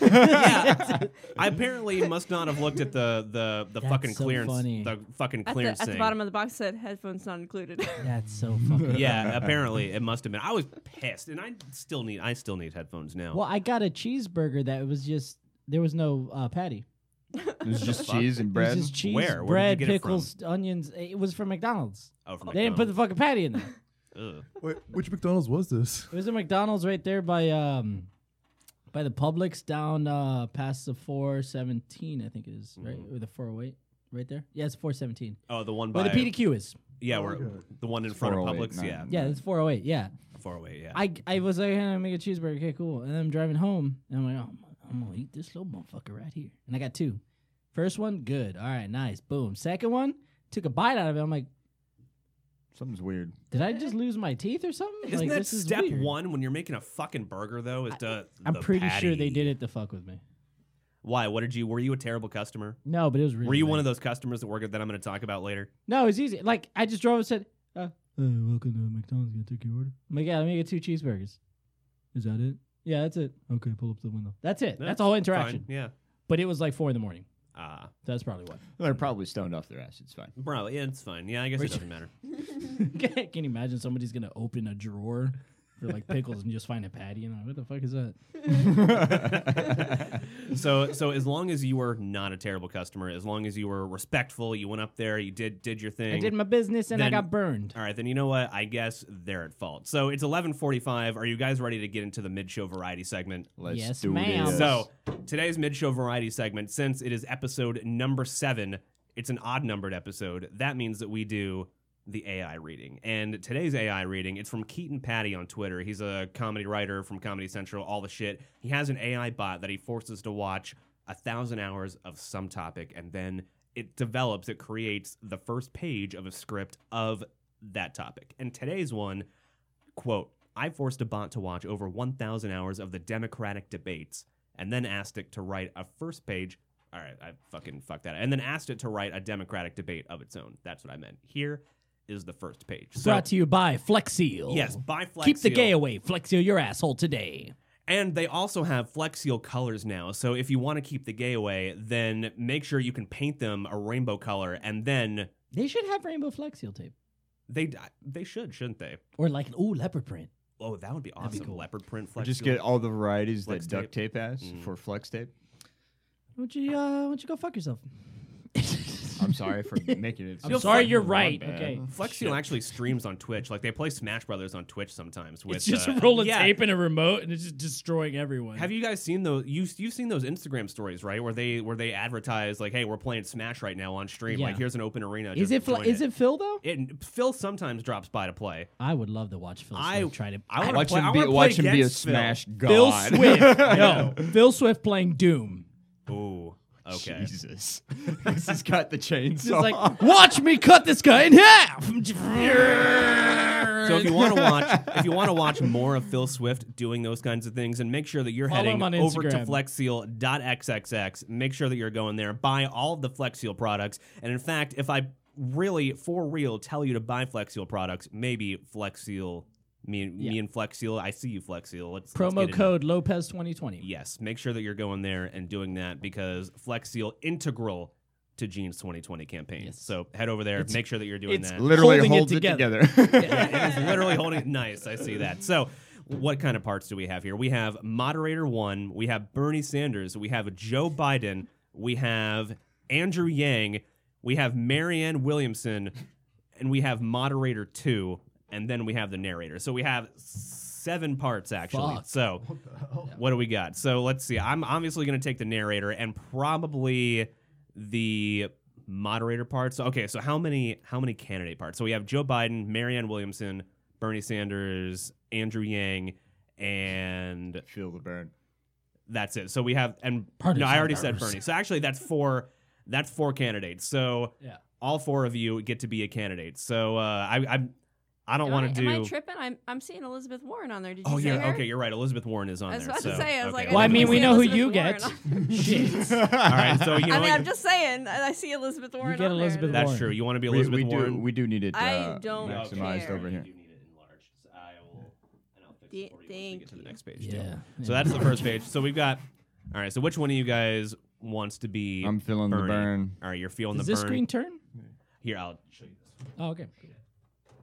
yeah. I apparently must not have looked at the the the That's fucking so clearance. funny. The fucking At the, clearance at the thing. bottom of the box said headphones not included. That's so fucking. yeah, apparently it must have been. I was pissed, and I still need I still need headphones now. Well, I got a cheeseburger that was just there was no uh, patty. It was just fuck? cheese and It was bread. just cheese, Where? Where did you bread, get it from? pickles, onions. It was from McDonald's. Oh, from They didn't put the fucking patty in there. Ugh. Wait, which McDonald's was this? It was a McDonald's right there by um by the Publix down uh past the 417, I think it is, right? Mm. Or the 408, right there? Yeah, it's 417. Oh, the one by Where the Oh, PDQ is. yeah, we're, the one in front of 408, Publix. Yeah, nine. Yeah, it's 408. Yeah. far away. Yeah, I I was like, "Hey, I'm gonna make a cheeseburger. Okay, cool. And then I'm driving home and I'm like, oh, I'm gonna eat this little motherfucker right here. And I got two. First one, good. All right, nice. Boom. Second one, took a bite out of it. I'm like, Something's weird. did I just lose my teeth or something? Isn't like, that this is step weird. one when you're making a fucking burger though? Is to I'm the pretty sure they patty. did it to fuck with me. Why? What did you? Were you a terrible customer? No, but it was really Were you bad. one of those customers that work at that I'm going to talk about later? No, it was easy. Like I just drove and said, uh, "Hey, welcome to McDonald's. Can I take your order?" I'm like, "Yeah, let me get two cheeseburgers." Is that it? Yeah, that's it. Okay, pull up the window. That's it. That's, the whole fine. interaction. Yeah. But it was like four in the morning. Ah, That's probably why. They're probably stoned off their ass. It's fine. probably. Yeah, it's fine. Yeah, I guess it Wait. doesn't matter. Can you imagine somebody's gonna open a drawer for like pickles and just find a patty and like, what the fuck is that? So, so as long as you were not a terrible customer, as long as you were respectful, you went up there, you did did your thing. I did my business and I Then- got burned. All right, then you know what? I guess they're at fault. So it's 11:45. Are you guys ready to get into the mid-show variety segment? Let's Yes, do ma'am. this. So today's mid-show variety segment, since it is episode number seven, it's an odd-numbered episode. That means that we do the AI reading. And today's AI reading, it's from Keaton Patty on Twitter. He's a comedy writer from Comedy Central, all the shit. He has an AI bot that he forces to watch a thousand hours of some topic, and then it develops, it creates the first page of a script of that topic. And today's one quote i forced a bot to watch over 1000 hours of the democratic debates and then asked it to write a first page all right i fucking fucked that and then asked it to write a democratic debate of its own that's what i meant here is the first page so Brought to you by Flex Seal. yes by flex Keep the Seal. gay away. Flex Seal your asshole today. And they also have Flex Seal colors now. So if you want to keep the gay away, then make sure you can paint them a rainbow color, and then They should have rainbow Flex Seal tape they they should, shouldn't they? or like an ooh leopard print. Oh, that would be awesome. be cool. Leopard print Or Flex just Seal. get all the varieties Flex that duct tape has Mm. for flex tape. Why don't you, uh, why don't you go fuck yourself? I'm sorry for making it. I'm so sorry, fucking you're wrong, right. man. Okay. Flex Seal actually streams on Twitch. Like they play Smash Brothers on Twitch sometimes. With It's just uh, a roll of yeah. tape and a remote, and it's just destroying everyone. Have you guys seen those? You you've seen those Instagram stories, right? Where they where they advertise like, "Hey, we're playing Smash right now on stream. Yeah. Like, here's an open arena." is Just it, fl- join is it Phil though? It Phil sometimes drops by to play. I would love to watch Phil I- Swift try to. I wanna Watch play- him wanna be, play watch him be a against Phil. smash Phil god. Swift, no, Phil Swift playing Doom. Ooh, a Okay. Jesus. this has got the chainsaw. Just like, watch me cut this guy in half. So if you want to watch, if you want to watch more of Phil Swift doing those kinds of things, and make sure that you're Follow heading him on over to Instagram. flexseal.xxx. Make sure that you're going there, buy all of the Flex Seal products, and in fact, if I really for real tell you to buy Flex Seal products, maybe Flex Seal. Me and me Yeah. and Flex Seal. I see you, Flex Seal. Let's let's get Promo it done. code Lopez twenty twenty. Yes, make sure that you're going there and doing that because Flex Seal integral to Gene's 2020 campaign. Yes. So head over there, It's- make sure that you're doing it's that. literally holding it holds it together. together. yeah, it is literally holding it. Nice, I see that. So, what kind of parts do we have here? We have moderator one, we have Bernie Sanders, we have Joe Biden, we have Andrew Yang, we have Marianne Williamson, and we have moderator two, and then we have the narrator. So we have seven parts actually. Fuck. So, what do we got? So let's see. I'm obviously going to take the narrator and probably the moderator part. So okay, so how many how many candidate parts? So we have Joe Biden, Marianne Williamson, Bernie Sanders, Andrew Yang, and Feel the burn. that's it. So we have and Bernie no, I already said Sanders. Bernie. So actually, that's four. That's four candidates. So Yeah. all four of you get to be a candidate. So uh, I I'm, I don't Am want I- to do. Am I tripping? I'm, I'm seeing Elizabeth Warren on there. Did you oh see yeah, her? okay, you're right. Elizabeth Warren is on I was there. about to so, say, I was okay, like, I Well, I didn't mean, see we know who Elizabeth you Warren get. on- Oh, Shit. all right. So you know I mean, what? I'm just saying. I I see Elizabeth Warren. get on Elizabeth there. That's Warren. true. You want to be We, Elizabeth we do. Warren? We do need it. I uh, don't maximized care. over here. Th- thank you. page. too. Yeah. So that's the first page. So we've got. All right. So which one of you guys wants to be? I'm feeling Bernie? the burn. All right, you're feeling Does the this burn. screen turn? Here, I'll show you this. Oh, okay.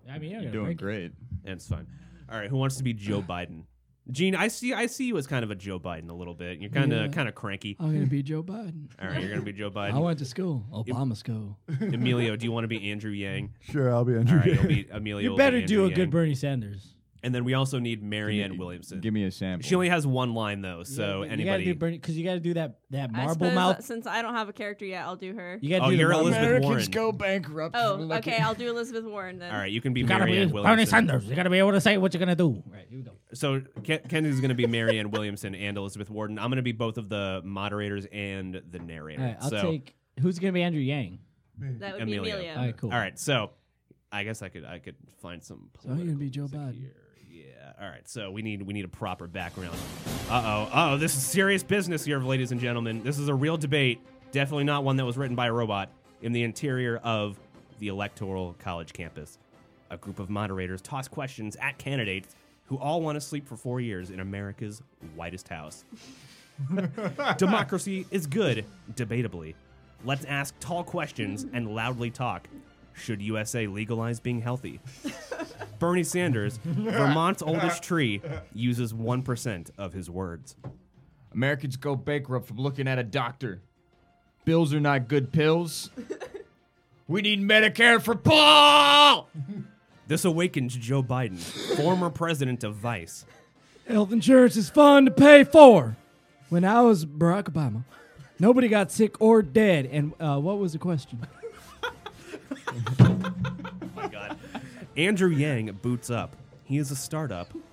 I mean, You're you're doing great. It's fine. All right, who wants to be Joe Biden? Gene, I see. I see you as kind of a Joe Biden a little bit. You're kind of Yeah. Uh, kind of cranky. I'm gonna be Joe Biden. All right, you're gonna be Joe I Biden. went to school, Obama school. Emilio, do you want to be Andrew Yang? Sure, I'll be All Andrew. right, you'll be Emilio. You will be better do Andrew a good Yang. Bernie Sanders. And then we also need Marianne Give me- Williamson. Give me a sample. She only has one line though, so you gotta anybody. do Bernie because you gotta do that that I marble suppose, mouth. uh, since I don't have a character yet, I'll do her. You gotta Oh, do you're the marble- Elizabeth Warren. bankrupt. Oh, okay. I'll do Elizabeth Warren then. All right, you can be You gotta be Marianne Bernie Williamson. Sanders. You gotta be able to say what you're gonna do. Right, here we go. So Ken- Kennedy's going to be Marianne Williamson and Elizabeth Warden. I'm going to be both of the moderators and the narrator. All right, I'll so, take who's gonna be Andrew Yang. That would Amelia. be Amelia. All right, cool. All right, so I guess I could I could find some. So I'm gonna be political Joe music Biden. here. Yeah. All right. So we need we need a proper background. Uh oh. Oh, this is serious business here, ladies and gentlemen. This is a real debate. Definitely not one that was written by a robot. In the interior of the electoral college campus, a group of moderators toss questions at candidates who all want to sleep for four years in America's whitest house. Democracy is good, debatably. Let's ask tall questions and loudly talk. Should USA legalize being healthy? Bernie Sanders, Vermont's oldest tree, uses 1% of his words. Americans go bankrupt from looking at a doctor. Bills are not good pills. we need Medicare for Paul. This awakens Joe Biden, former president of Vice. Health insurance is fun to pay for. When I was Barack Obama, nobody got sick or dead. And uh, what was the question? my God. Andrew Yang boots up. He is a startup with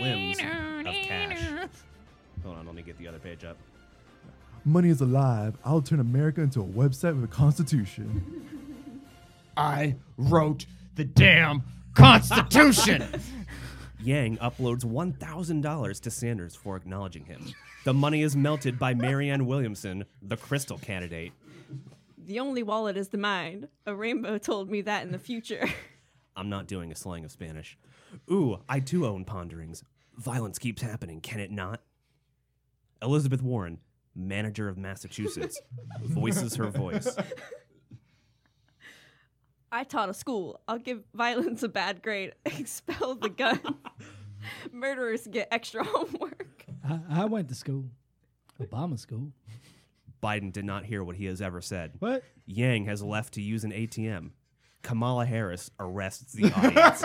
limbs of cash. Hold on, let me get the other page up. Money is alive. I'll turn America into a website with a constitution. I wrote the damn Constitution. Yang uploads $1,000 to Sanders for acknowledging him. The money is melted by Marianne Williamson, the crystal candidate. The only wallet is the mind. A rainbow told me that in the future. I'm not doing a slang of Spanish. Ooh, I too own ponderings. Violence keeps happening, can it not? Elizabeth Warren, manager of Massachusetts, voices her voice. I taught a school. I'll give violence a bad grade. Expel the gun. Murderers get extra homework. I, I went to school, Obama school. Biden did not hear what he has ever said. What? Yang has left to use an ATM. Kamala Harris arrests the audience.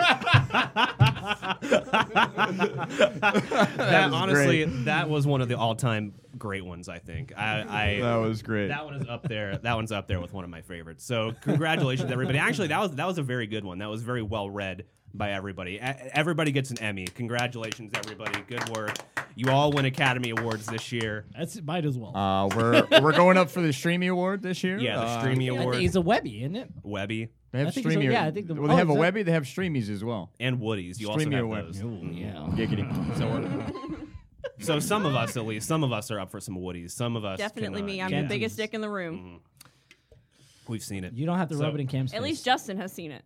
that, was honestly, that was one of the all-time great ones. I think. I, I That was great. That one is up there. That one's up there with one of my favorites. So congratulations, everybody. Actually, that was that was a very good one. That was very well read by everybody. E- everybody gets an Emmy. Congratulations, everybody. Good work. You all win Academy Awards this year. That's might as well. Uh, we're we're going up for the Streamy Award this year. Yeah, the Uh, Streamy I think Award, it's a Webby, isn't it? Webby, They have I think so, Streamy. yeah, I think the- well, they oh, have a is that- Webby. They have Streamies as well. and Woody's. You also Streamy have Award. those. Yeah. Giggity. So, we're- so some of us, at least, some of us are up for some Woodies. Some of us cannot. Definitely Mm-hmm. me. I'm Jensen's. the biggest dick in the room. We've seen it. You don't have to rub So- it in Cam's At face. least Justin has seen it.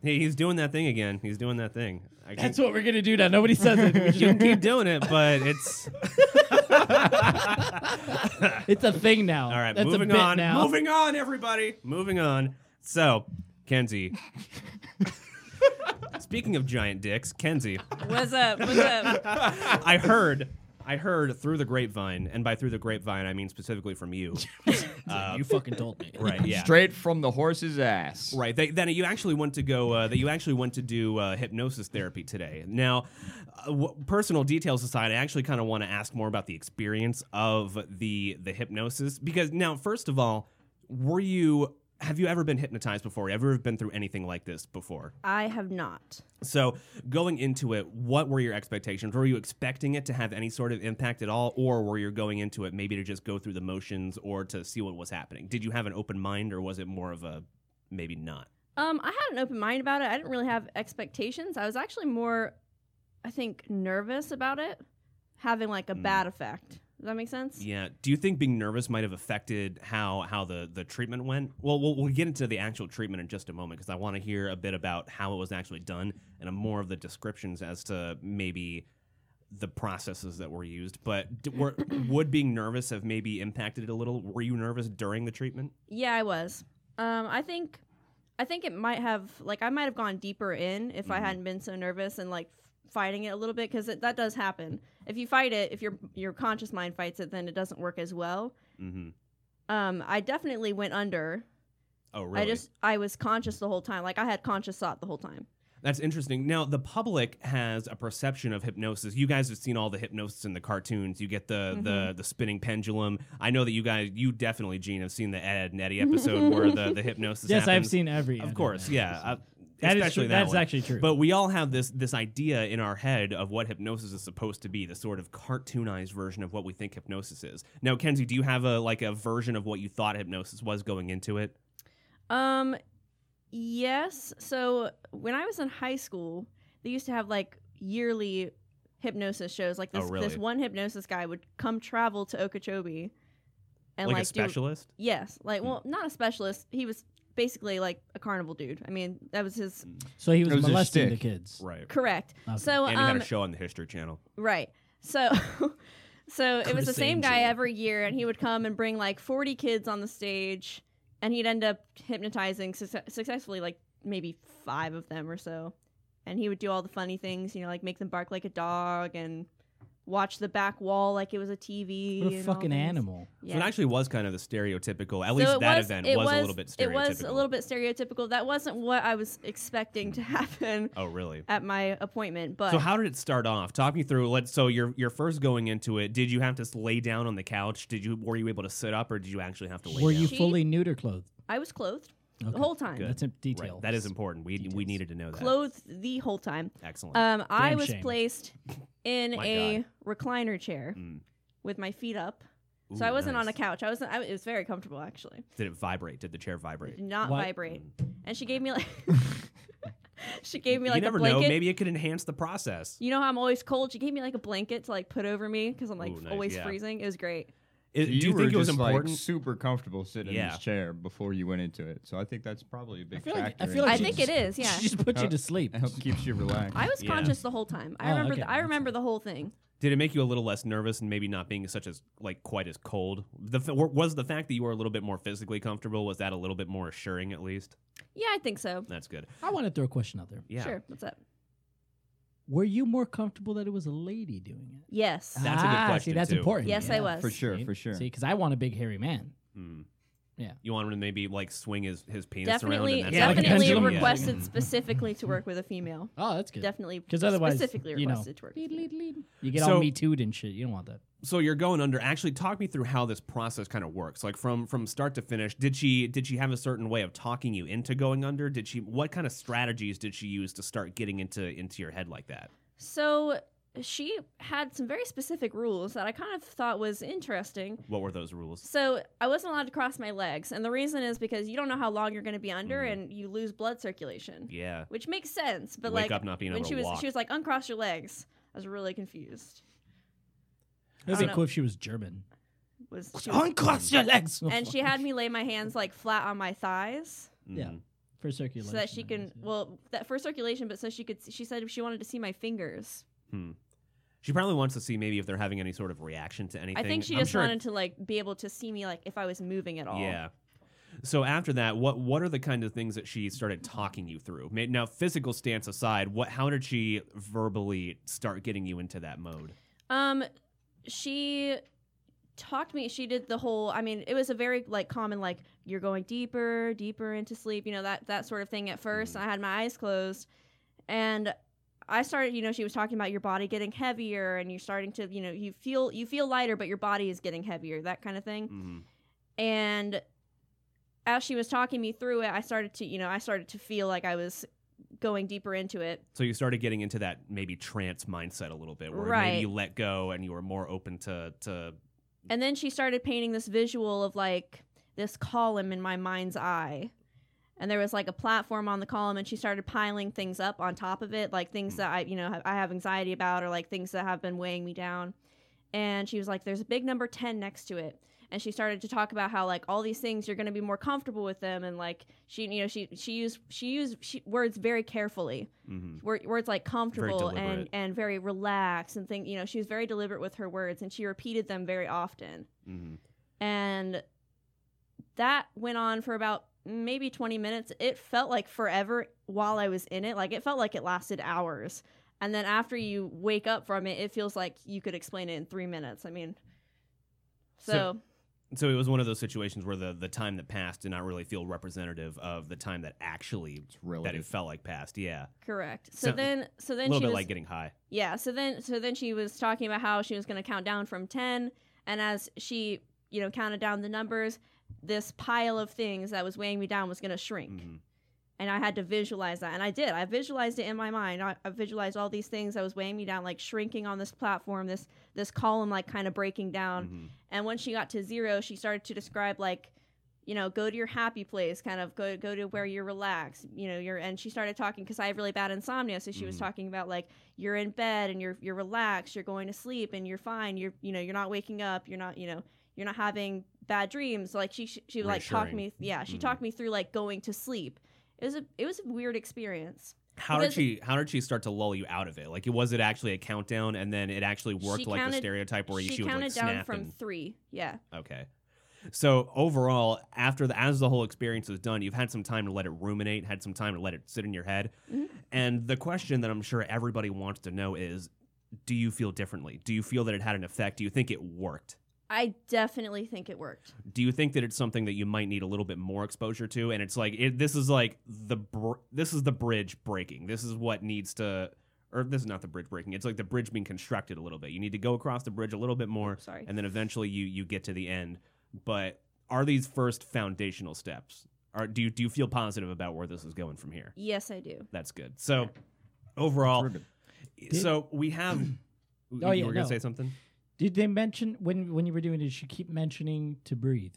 He- he's doing that thing again. He's doing that thing. I keep, That's what we're gonna do now. Nobody says it. We you should- keep doing it, but it's It's a thing now. all right. That's moving a bit on. now. Moving on, everybody. Moving on. So, Kenzie. Speaking of giant dicks, Kenzie. What's up? What's up? I heard, I heard through the grapevine, and by through the grapevine, I mean specifically from you. you fucking told me. Right. Yeah. Straight from the horse's ass. Right. They, then you actually went to go. Uh, that you actually went to do uh, hypnosis therapy today. Now, uh, w- personal details aside, I actually kind of want to ask more about the experience of the the hypnosis because now, first of all, were you? Have you ever been hypnotized before? Ever been through anything like this before? I have not. So, going into it, what were your expectations? Were you expecting it to have any sort of impact at all, or were you going into it maybe to just go through the motions or to see what was happening? Did you have an open mind, or was it more of a maybe not? Um, I had an open mind about it. I didn't really have expectations. I was actually more, I think, nervous about it having like a bad effect. Does that make sense? Yeah. Do you think being nervous might have affected how how the the treatment went? Well, we'll, we'll get into the actual treatment in just a moment because I want to hear a bit about how it was actually done and a more of the descriptions as to maybe the processes that were used. But d- were, would being nervous have maybe impacted it a little? Were you nervous during the treatment? Yeah, I was. Um, I think, I think it might have like I might have gone deeper in if I hadn't been so nervous and like fighting it a little bit because that does happen. If you fight it, if your your conscious mind fights it, then it doesn't work as well. Mm-hmm. Um, I definitely went under. Oh, really? I just I was conscious the whole time. Like I had conscious thought the whole time. That's interesting. Now, the public has a perception of hypnosis. You guys have seen all the hypnosis in the cartoons. You get the Mm-hmm. the the spinning pendulum. I know that you guys, you definitely, Gene, have seen the Ed and Eddie episode where the the hypnosis. Yes, I've happens. seen every. Of course, yeah. Uh, That is especially true. that That's one. actually true. But we all have this this idea in our head of what hypnosis is supposed to be, the sort of cartoonized version of what we think hypnosis is. Now, Kenzie, do you have a like a version of what you thought hypnosis was going into it? Um, yes. So when I was in high school, they used to have like yearly hypnosis shows. Like Oh, this, really? this one hypnosis guy would come travel to Okeechobee, and like, like, a Hmm. do specialist? yes, like well, not a specialist. He was basically like a carnival dude. I mean, that was his So he It was, was a molesting the shtick. kids. Right. correct. So and he had um, a show on the History Channel. Right. So so it was the Curse same guy angel. every year and he would come and bring like 40 kids on the stage and he'd end up hypnotizing succe- successfully like maybe 5 of them or so. And he would do all the funny things, you know, like make them bark like a dog and watch the back wall like it was a TV. What a and all fucking these- animal. Yeah. So it actually was kind of the stereotypical. At So least it that was- event it was, a little bit stereotypical. It was a little bit stereotypical. That wasn't what I was expecting to happen Oh, really? at my appointment, but So how did it start off? Talk me through. Let so your your first going into it. Did you have to s- lay down on the couch? Did you were you able to sit up or did you actually have to lay Were down? you She- fully neuter clothed? I was clothed Okay. the whole time. Good. That's a detail. Right. That is important. We we Details. needed to know that. Clothed the whole time. Excellent. Um, I Damn was shame. placed in My a recliner chair Mm. with my feet up, so Ooh, I wasn't on a nice. couch. I wasn't. I, it was very comfortable actually. Did it vibrate? Did the chair It vibrate? Did not What? vibrate, and she gave me like she gave me Mm. you like never a blanket. know. Maybe it could enhance the process. you know how I'm always cold. She gave me like a blanket to like put over me because I'm like Ooh, nice, always yeah. freezing. It was great. Is- do you were think it was just, like, important? super comfortable sitting in Yeah. this chair before you went into it, so I think that's probably a big feel like- I factor. feel in like I she think it just- is. Yeah, She just put Uh, you to sleep. I hope it keeps you relaxed. I was Yeah. conscious the whole time. I Oh, remember. okay, the, I that's remember the whole thing. Did it make you a little less nervous and maybe not being such as like quite as cold? The f- was the fact that you were a little bit more physically comfortable was that a little bit more assuring at least? Yeah, I think so. That's good. I want to throw a question out there. Yeah. Sure. What's up? Were you more comfortable that it was a lady doing it? Yes. That's a good Ah, See, question, that's too. important. Yes, I Yeah. was. for sure, See? for sure. See, because I want a big hairy man. Mm. Yeah. You want him to maybe like swing his, his penis definitely, around. And that's Mm-hmm. Yeah, how like a he gets definitely you. pendulum. Yeah. requested specifically to work with a female. Oh, that's good. Definitely, 'Cause otherwise, specifically you know, requested to work. with a female. You get So- all me too'd and shit. You don't want that. So you're going under. Actually, talk me through how this process kind of works. Like from from start to finish. Did she did she have a certain way of talking you into going under? Did she what kind of strategies did she use to start getting into into your head like that? So she had some very specific rules that I kind of thought was interesting. What were those rules? So I wasn't allowed to cross my legs, and the reason is because you don't know how long you're going to be under, Mhm. and you lose blood circulation, Yeah. which makes sense. But Wake like up not being when able she to was, walk. she was like, uncross your legs. I was really confused. That'd don't be know. cool if she was German. Was, she was- Uncross your legs. and she had me lay my hands like flat on my thighs Yeah. Mhm. for circulation. so that she I can guess, yeah. well that for circulation, but so she could. She said she wanted to see my fingers. She probably wants to see maybe if they're having any sort of reaction to anything. I think she I'm just sure it- wanted to like be able to see me like if I was moving at all. Yeah. So after that, what what are the kind of things that she started talking you through? Ma- Now, physical stance aside, what how did she verbally start getting you into that mode? Um, she talked me. She did the whole. I mean, it was a very like common like you're going deeper, deeper into sleep. You know that that sort of thing. At first, I had my eyes closed, and I started. You know, she was talking about your body getting heavier, and you're starting to. You know, you feel you feel lighter, but your body is getting heavier. That kind of thing. Mhm. and as she was talking me through it i started to you know i started to feel like i was going deeper into it So you started getting into that maybe trance mindset a little bit, where maybe Right. you let go and you were more open to to and then she started painting this visual of like this column in my mind's eye and there was like a platform on the column and she started piling things up on top of it like things that i you know have, i have anxiety about or like things that have been weighing me down and she was like there's a big number 10 next to it and she started to talk about how like all these things you're going to be more comfortable with them and like she you know she she used she used she, words very carefully mhm. wor- words like comfortable and deliberate. and very relaxed and thing you know she was very deliberate with her words and she repeated them very often Mhm. and that went on for about maybe 20 minutes it felt like forever while i was in it like it felt like it lasted hours and then after you wake up from it it feels like you could explain it in three minutes i mean so, So- So it was one of those situations where the the time that passed did not really feel representative of the time that actually It's relative. that it felt like passed. Yeah, correct so, So- then so a then little she bit was, like getting high. Yeah, so then so then she was talking about how she was going to count down from 10 and as she, you know, counted down the numbers, this pile of things that was weighing me down was going to shrink. Mhm. And I had to visualize that. And I did. I visualized it in my mind. I, I visualized all these things that was weighing me down like shrinking on this platform, this this column like kind of breaking down. Mhm. And once she got to 0, she started to describe like you know, go to your happy place, kind of go go to where you're relaxed. You know, you're and she started talking because I have really bad insomnia, so she was Mhm. talking about like you're in bed and you're you're relaxed, you're going to sleep and you're fine. You're you know you're not waking up, you're not you know you're not having bad dreams. Like she she, she like talked Reassuring. me yeah she Mhm. talked me through like going to sleep. It was a it was a weird experience. How did Because- she how did she start to lull you out of it? Like was it actually a countdown and then it actually worked She like the counted- stereotype where she, she would counted like down snap from and three. Yeah, Okay. So overall, after the as the whole experience is done, you've had some time to let it ruminate, had some time to let it sit in your head. Mhm. And the question that I'm sure everybody wants to know is do you feel differently? Do you feel that it had an effect? Do you think it worked? I definitely think it worked. Do you think that it's something that you might need a little bit more exposure to? And it's like it, this is like the br- this is the bridge breaking. This is what needs to or this is not the bridge breaking. It's like the bridge being constructed a little bit. You need to go across the bridge a little bit more Sorry. and then eventually you you get to the end. But are these first foundational steps? Are do you do you feel positive about where this is going from here? yes, I do. That's good. So overall, Ribbon. so we have. Oh, you yeah, were gonna no. say something. Did they mention when when you were doing it? Did she keep mentioning to breathe?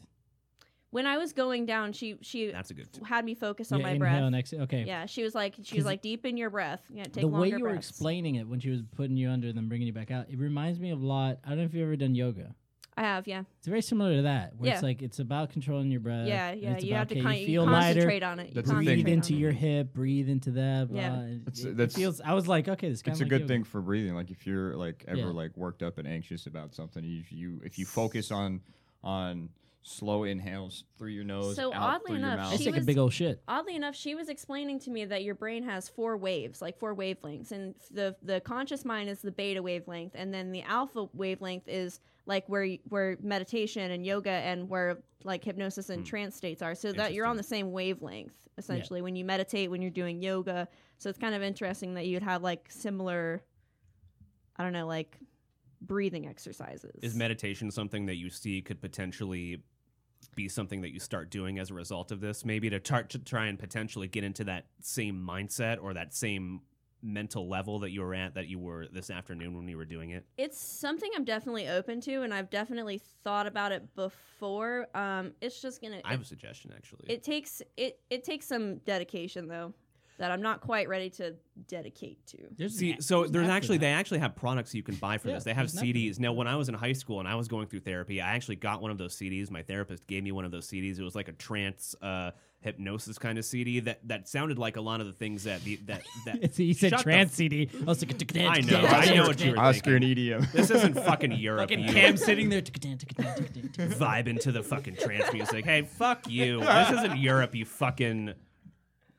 When I was going down, she she That's a good. T- had me focus on yeah, my inhale breath. and exhale. Okay. Yeah, she was like, she 'Cause was like, deepen your breath. Yeah, take the longer way you were breaths. explaining it when she was putting you under and then bringing you back out, it reminds me of a lot. I don't know if you've ever done yoga. I have, yeah, It's very similar to that, where it's Yeah. like it's about controlling your breath. yeah, and yeah. Uh, it's You about, have to okay, con- you you feel lighter. concentrate on it. You That's the thing. breathe concentrate into on it. your hip, breathe into that. Blah. Yeah. It- That's- it- it that's- feels. I was like, okay, this. It's kinda a like good yoga. thing for breathing. Like if you're like ever Yeah. like worked up and anxious about something, you, you if you focus on on slow inhales through your nose, So out oddly through your enough, I mouth. she take a was- big old shit. Oddly enough, she was explaining to me that your brain has four waves, like four wavelengths, and f- the the conscious mind is the beta wavelength, and then the alpha wavelength is like where y- where meditation and yoga and where like hypnosis and trance states are, so that you're on the same wavelength essentially when you meditate, when you're doing yoga. So it's kind of interesting that you'd have like similar, I don't know, like breathing exercises. Is meditation something that you see could potentially be something that you start doing as a result of this? Maybe to, tar- to try and potentially get into that same mindset or that same mental level that you were at that you were this afternoon when you were doing it. it's something I'm definitely open to, and I've definitely thought about it before. Um, it's just gonna. I have a suggestion actually. it takes it it takes some dedication though that i'm not quite ready to dedicate to There's an See, app- so an there's app for actually that. they actually have products you can buy for Yeah, this. They have there's an app for CDs. Now, when I was in high school and I was going through therapy, I actually got one of those CDs. My therapist gave me one of those CDs. It was like a trance uh, hypnosis kind of CD that that sounded like a lot of the things that the, that that. It's, he said Shut the trans CD. I was like, I know, I know what you were Oscar thinking. and um, EDM. This isn't fucking Europe. Fucking you Cam sitting there. vibe into the fucking trance music. Hey, fuck you. This isn't Europe. You fucking.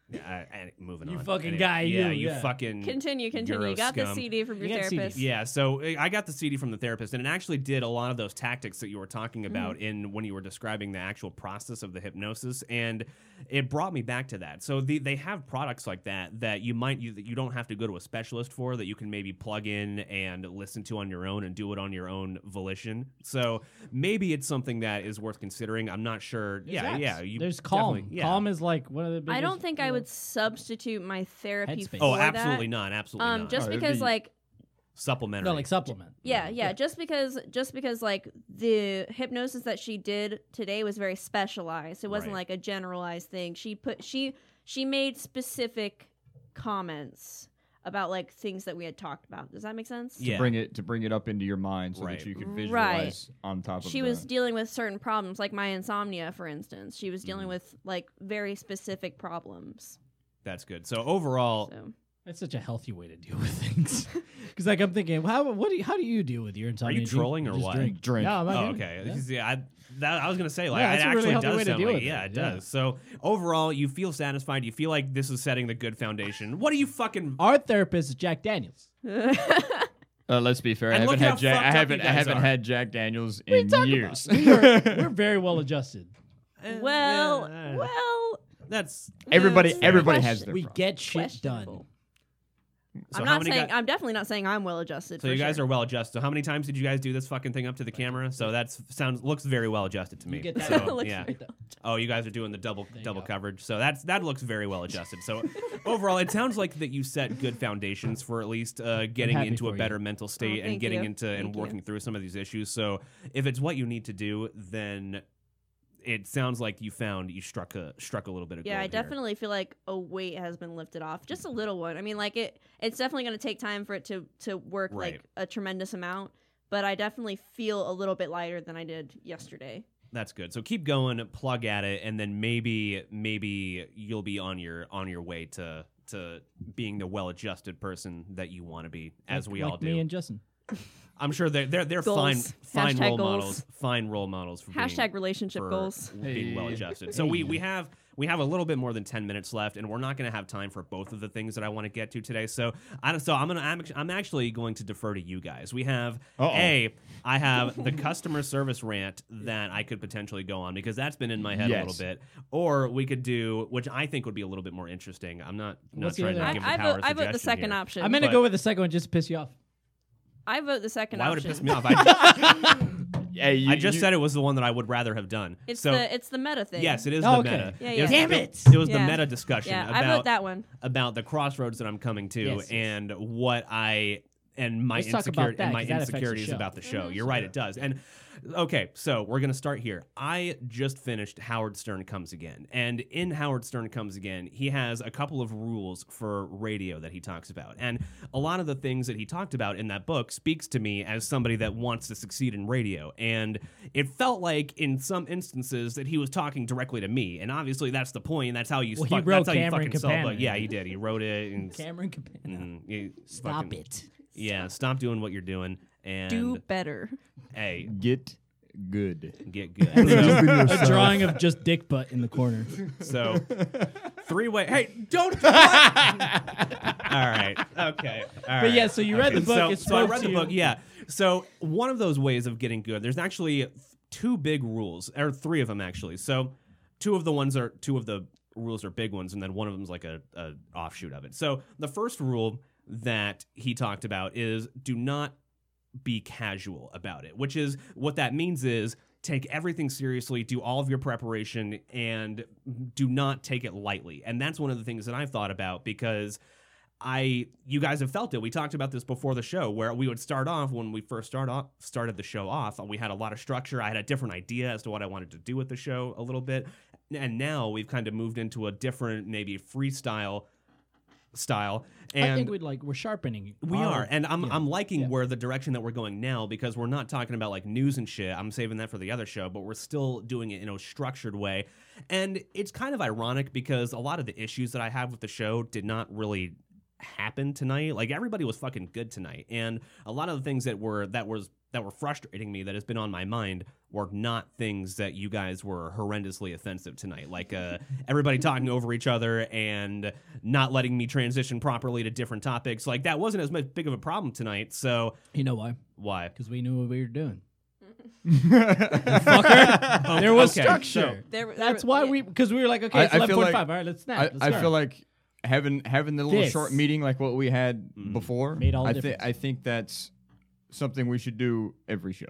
Yeah, I- I- moving You on. fucking guy, Yeah, you, you yeah. fucking. continue continue Euro you got the scum. cd from your You got CD. therapist Yeah, so eh, I I got the CD from the therapist, and it actually did a lot of those tactics that you were talking about in when you were describing the actual process of the hypnosis, and it brought me back to that. So the, they have products like that that you might you, that you don't have to go to a specialist for that you can maybe plug in and listen to on your own and do it on your own volition. So maybe it's something that is worth considering. I'm not sure. yeah, apps. yeah. You There's Calm. definitely- yeah. Calm is like one of the biggest. i don't think you i know, would substitute my therapy Headspace. for Oh, that. absolutely not. Absolutely um not. just Oh, it'd because be- like supplementary. No, like supplement. yeah, yeah just because just because like the hypnosis that she did today was very specialized it wasn't Right. like a generalized thing she put she she made specific comments about like things that we had talked about does that make sense yeah. Bring it to bring it up into your mind so Right. that you can Right. visualize on top of. she the- was dealing with certain problems like my insomnia for instance she was Mm. dealing with like very specific problems That's good. So overall, so That's such a healthy way to deal with things. Because like I'm thinking, well, how what do you, how do you deal with your are insomnia? you Do trolling or just what? drink? Drink. Yeah, I'm not Oh, doing it. okay. Yeah. Yeah, I, that, I was gonna say like Yeah, it that's a really actually healthy way does to sound deal like with yeah, it, it yeah. does. So overall, you feel satisfied. You feel like this is setting the good foundation. What are you fucking? Our therapist is Jack Daniels. Uh, let's be fair. I And haven't look had how Jack. fucked I up haven't. you I guys haven't are. had Jack Daniels in years. We are, we're very well adjusted. well eh, yeah. well That's. everybody. It's a Everybody has question. their. We problems. get shit done. Questionable. So i'm how not many saying guy- i'm definitely not saying i'm well adjusted so you guys are well adjusted. How many times did you guys do this fucking thing up to the camera? So that's sounds looks very well adjusted to me. You get that? So, Looks yeah. very well Oh, you guys are doing the double you double go. coverage. So that's that looks very well adjusted. So overall, it sounds like that you set good foundations for at least uh, getting happy into a for you. better mental state and Oh, thank getting you. into and Thank you. working through some of these issues. So if it's what you need to do, then it sounds like you found you struck a struck a little bit of yeah i gold here. definitely feel like a weight has been lifted off just a little one i mean like it it's definitely going to take time for it to to work Right. like a tremendous amount but i definitely feel a little bit lighter than i did yesterday That's good. So keep going, plug at it, and then maybe maybe you'll be on your on your way to to being the well adjusted person that you want to be, as Like- we like all do. Me and Justin. I'm sure they're they're they're Goals. fine fine Hashtag role goals. models fine role models for being, hashtag relationship for goals being Hey. well adjusted. So we we have we have a little bit more than ten minutes left, and we're not going to have time for both of the things that I want to get to today. So I don't. So I'm gonna I'm, act- I'm actually going to defer to you guys. We have Uh-oh. a I have the customer service rant that I could potentially go on because that's been in my head a Yes. little bit, or we could do which I think would be a little bit more interesting. I'm not not What's the trying to other- I, give I the power vote, I vote the suggestion second here. option I'm gonna But- go with the second one just to piss you off. i vote the second Why would it option piss me off? I, Hey, you- I just you- said it was the one that I would rather have done. It's so the it's the meta thing. yes, it is Oh, the okay. meta. Yeah, It was- yeah. Damn it! It was Yeah. the meta discussion Yeah, about I vote that one. about the crossroads that I'm coming to Yes, yes. and what I and my Let's talk about insecurity that, and my 'cause that affects the insecurities show. about the show. You're right, it does. And okay, so we're gonna start here. I just finished Howard Stern Comes Again, and in Howard Stern Comes Again, he has a couple of rules for radio that he talks about, and a lot of the things that he talked about in that book speaks to me as somebody that wants to succeed in radio, and it felt like in some instances that he was talking directly to me, and obviously that's the point. And that's how you Well, he fuck- wrote that's how you Cameron fucking sell. But Capanen. yeah, he did. He wrote it and Cameron Capan. Mm, you Stop fucking- it. Yeah, stop doing what you're doing and Do better. hey, get good. Get good. So- a drawing of just dick butt in the corner. So three way. Hey, don't. All right. Okay. All But yeah, right. so you read the book, So, it so I spoke read to the you. book. Yeah. So one of those ways of getting good. There's actually two big rules, or three of them actually. So two of the ones are two of the rules are big ones, and then one of them's like a, a offshoot of it. So the first rule that he talked about is do not be casual about it, which is what that means is take everything seriously, do all of your preparation, and do not take it lightly. And that's one of the things that I've thought about because I, you guys have felt it. We talked about this before the show, where we would start off when we first start off, started the show off. We had a lot of structure. I had a different idea as to what I wanted to do with the show a little bit, and now we've kind of moved into a different, maybe freestyle style. And I think we'd like we're sharpening. we our- are, and I'm Oh, yeah. I'm liking Yeah. where the direction that we're going now because we're not talking about like news and shit. I'm saving that for the other show, but we're still doing it in a structured way, and it's kind of ironic because a lot of the issues that I have with the show did not really happen tonight. Like everybody was fucking good tonight, and a lot of the things that were that was that were frustrating me that has been on my mind were not things that you guys were horrendously offensive tonight. Like uh, everybody talking over each other and not letting me transition properly to different topics. Like that wasn't as much big of a problem tonight. So You know why? why? Because we knew what we were doing. Oh, there was okay, so- structure. There- there- That's why yeah. we because we were like, okay, I- it's I eleven feel like- forty-five. All right, let's snap. I, let's I go. feel like having having the little This. short meeting like what we had Mm. before. Made all the I think difference. I think that's something we should do every show.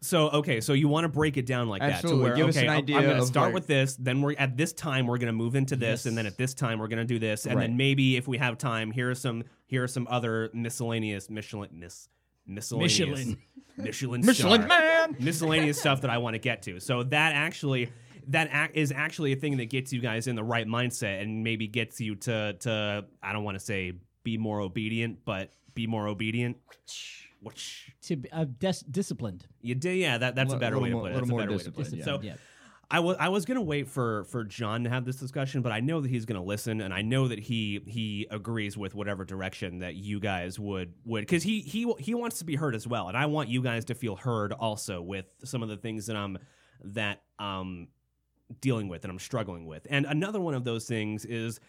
So okay, so you want to break it down like that Absolutely. to where Give us okay, an I'm- idea I'm going to of, start like- with this, then we're at this time we're going to move into this, and then Yes. at this time we're going to do this, and Right. then maybe if we have time, here are some here are some other miscellaneous Michelin mis, miscellaneous Michelin. Michelin Michelin star- man. miscellaneous stuff that I want to get to. So that actually that ac- is actually a thing that gets you guys in the right mindset and maybe gets you to to I don't want to say be more obedient, but be more obedient. Which to be, uh, dis- disciplined. you did, yeah. That that's a Li- better little way to put it. more- little That's a more better way to discipline, put it. yeah. So Yeah. I was I was gonna wait for for John to have this discussion, but I know that he's gonna listen, and I know that he he agrees with whatever direction that you guys would would because he he he wants to be heard as well, and I want you guys to feel heard also with some of the things that I'm that um dealing with and I'm struggling with. And another one of those things is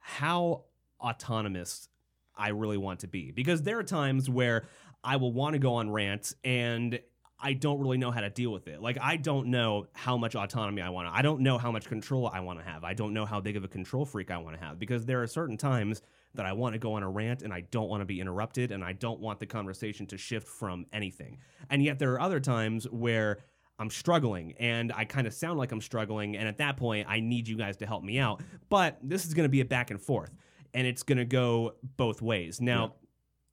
how autonomous I really want to be. Because there are times where I will want to go on rants and I don't really know how to deal with it. Like I don't know how much autonomy I want to. I don't know how much control I want to have. I don't know how big of a control freak I want to have because there are certain times that I want to go on a rant and I don't want to be interrupted and I don't want the conversation to shift from anything. And yet there are other times where I'm struggling and I kind of sound like I'm struggling and at that point I need you guys to help me out. But this is going to be a back and forth and it's going to go both ways. Now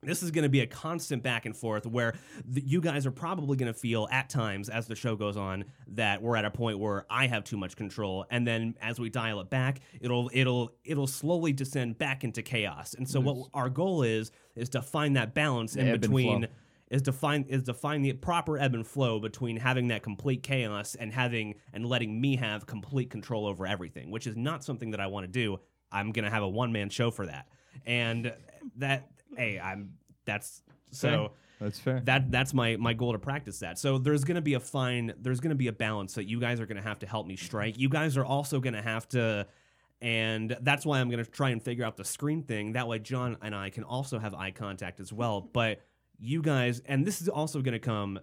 this is going to be a constant back and forth where th- you guys are probably going to feel at times as the show goes on that we're at a point where I have too much control and then as we dial it back it'll it'll it'll slowly descend back into chaos. And so what our goal is is to find that balance in Ebb and between flow. is to find is to find the proper ebb and flow between having that complete chaos and having and letting me have complete control over everything, which is not something that I want to do. I'm gonna have a one man show for that, and that hey, I'm that's so That's fair. that that's my my goal to practice that. So there's going to be a fine there's going to be a balance that you guys are going to have to help me strike. You guys are also going to have to and that's why I'm going to try and figure out the screen thing that way John and I can also have eye contact as well, but you guys and this is also going to come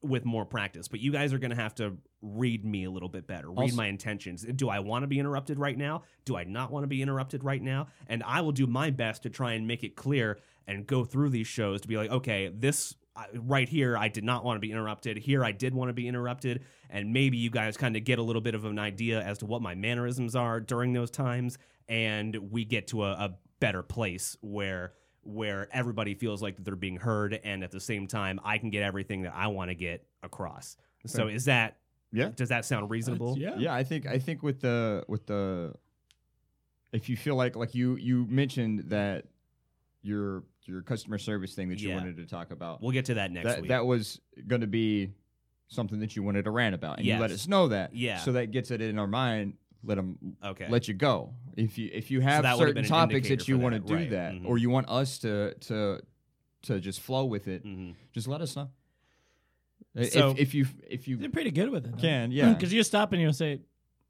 with more practice, but you guys are going to have to read me a little bit better, read Also- my intentions. Do I want to be interrupted right now? Do I not want to be interrupted right now? And I will do my best to try and make it clear and go through these shows to be like, okay, this I- right here, I did not want to be interrupted. Here, I did want to be interrupted. And maybe you guys kind of get a little bit of an idea as to what my mannerisms are during those times. And we get to a, a better place where where everybody feels like they're being heard and at the same time I can get everything that I want to get across. So is that Yeah. does that sound reasonable? yeah i think i think with the with the if you feel like like you you mentioned that your your customer service thing that you Yeah. wanted to talk about We'll get to that next that week. that was going to be something that you wanted to rant about and you let Yes. us know that Yeah. so that gets it in our mind let them okay. let you go if you if you have that would've been certain an topics indicator that you for want to that, do right, that mhm. or you want us to to to just flow with it Mhm. just let us know So- if, if you if They're you pretty good with it. can, yeah. Because you just stop and you'll say,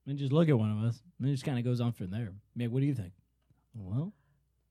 and just look at one of us. And it just kind of goes on from there. Meg, what do you think? Well,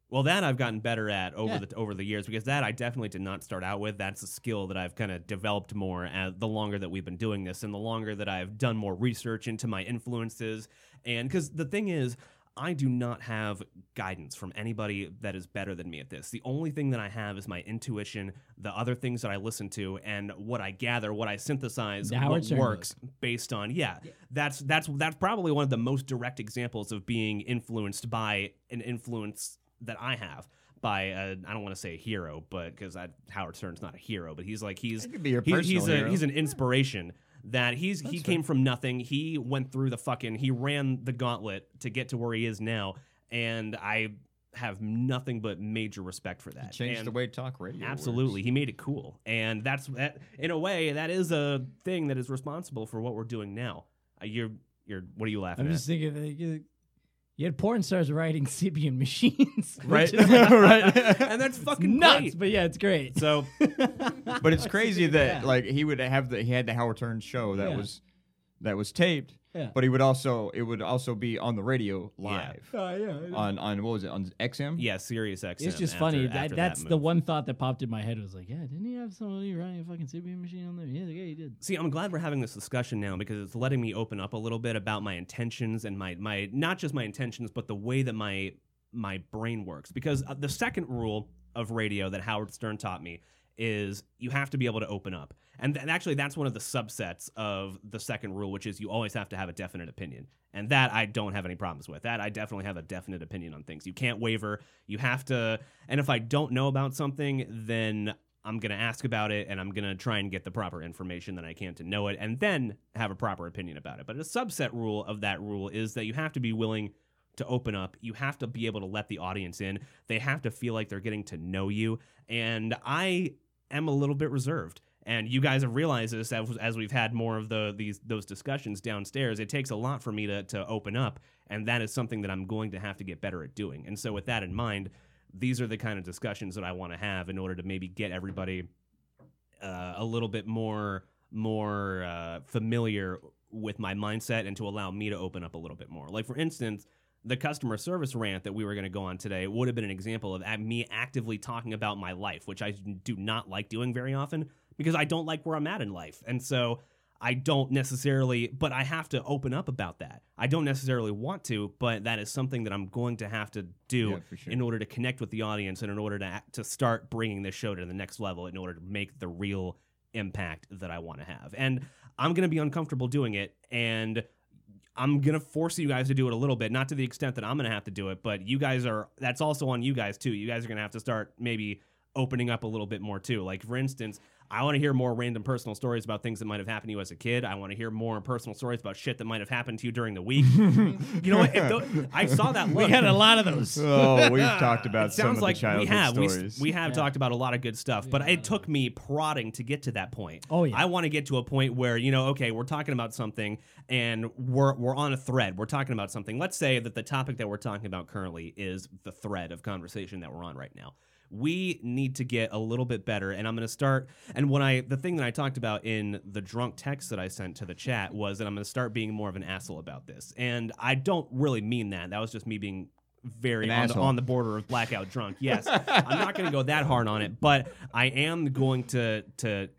Well, that I've gotten better at over Yeah. the over the years because that I definitely did not start out with. That's a skill that I've kind of developed more as the longer that we've been doing this and the longer that I've done more research into my influences. And because the thing is, I do not have guidance from anybody that is better than me at this. The only thing that I have is my intuition, the other things that I listen to, and what I gather, what I synthesize, The Howard what Stern works based on yeah, that's that's that's probably one of the most direct examples of being influenced by an influence that i have by uh, i don't want to say a hero but because howard stern's not a hero but he's like he's It could be your he- he's personal a hero. he's an inspiration that he's he came from nothing he went through the fucking he ran the gauntlet to get to where he is now and i have nothing but major respect for that change And- the way talk radio. Absolutely, he made it cool, and that's that. In a way, that is a thing that is responsible for what we're doing now. Uh, you're, you're. What are you laughing I'm at? just thinking that you, you had porn stars riding Sibian machines. which Right. is, like, and that's fucking nuts, great. but yeah, it's great. So But it's crazy that Yeah. like he would have the he had the Howard Stern show that Yeah. was that was taped, Yeah. but he would also it would also be on the radio live Oh, yeah. on on what was it on XM? yeah, Sirius XM. It's just after- funny. after that, that's that the move. one thought that popped in my head. was like, yeah, didn't he have somebody riding a fucking Sibian machine on there? Yeah, yeah, he did. See, I'm glad we're having this discussion now because it's letting me open up a little bit about my intentions and my my not just my intentions, but the way that my my brain works. Because uh, the second rule of radio that Howard Stern taught me is you have to be able to open up. And, and actually, that's one of the subsets of the second rule, which is you always have to have a definite opinion. And that I don't have any problems with. That I definitely have a definite opinion on things. You can't waver. You have to. And if I don't know about something, then I'm going to ask about it and I'm going to try and get the proper information that I can to know it and then have a proper opinion about it. But a subset rule of that rule is that you have to be willing to open up. You have to be able to let the audience in. They have to feel like they're getting to know you. And I am a little bit reserved. And you guys have realized this as, as we've had more of the these those discussions downstairs. It takes a lot for me to to open up, and that is something that I'm going to have to get better at doing. And so, with that in mind, these are the kind of discussions that I want to have in order to maybe get everybody uh, a little bit more more uh, familiar with my mindset and to allow me to open up a little bit more. Like for instance, the customer service rant that we were going to go on today would have been an example of at- me actively talking about my life, which I do not like doing very often because I don't like where I'm at in life. And so I don't necessarily, but I have to open up about that. I don't necessarily want to, but that is something that I'm going to have to do Yeah, for sure. in order to connect with the audience and in order to act- to start bringing this show to the next level in order to make the real impact that I want to have. And I'm going to be uncomfortable doing it and I'm going to force you guys to do it a little bit, not to the extent that I'm going to have to do it, but you guys are that's also on you guys too. You guys are going to have to start maybe opening up a little bit more too. Like for instance, I want to hear more random personal stories about things that might have happened to you as a kid. I want to hear more personal stories about shit that might have happened to you during the week. you know what? If tho- I saw that look. We had a lot of those. Oh, we've talked about It some sounds of like the childhood we have we, stories. s- we have Yeah. talked about a lot of good stuff, but it took me prodding to get to that point. Oh, yeah. I want to get to a point where you know, okay, we're talking about something, and we're we're on a thread. We're talking about something. Let's say that the topic that we're talking about currently is the thread of conversation that we're on right now. We need to get a little bit better, and I'm going to start. And when I the thing that I talked about in the drunk text that I sent to the chat was that I'm going to start being more of an asshole about this, and I don't really mean that. That was just me being very An on the, asshole. on the border of blackout drunk. Yes, I'm not going to go that hard on it, but I am going to to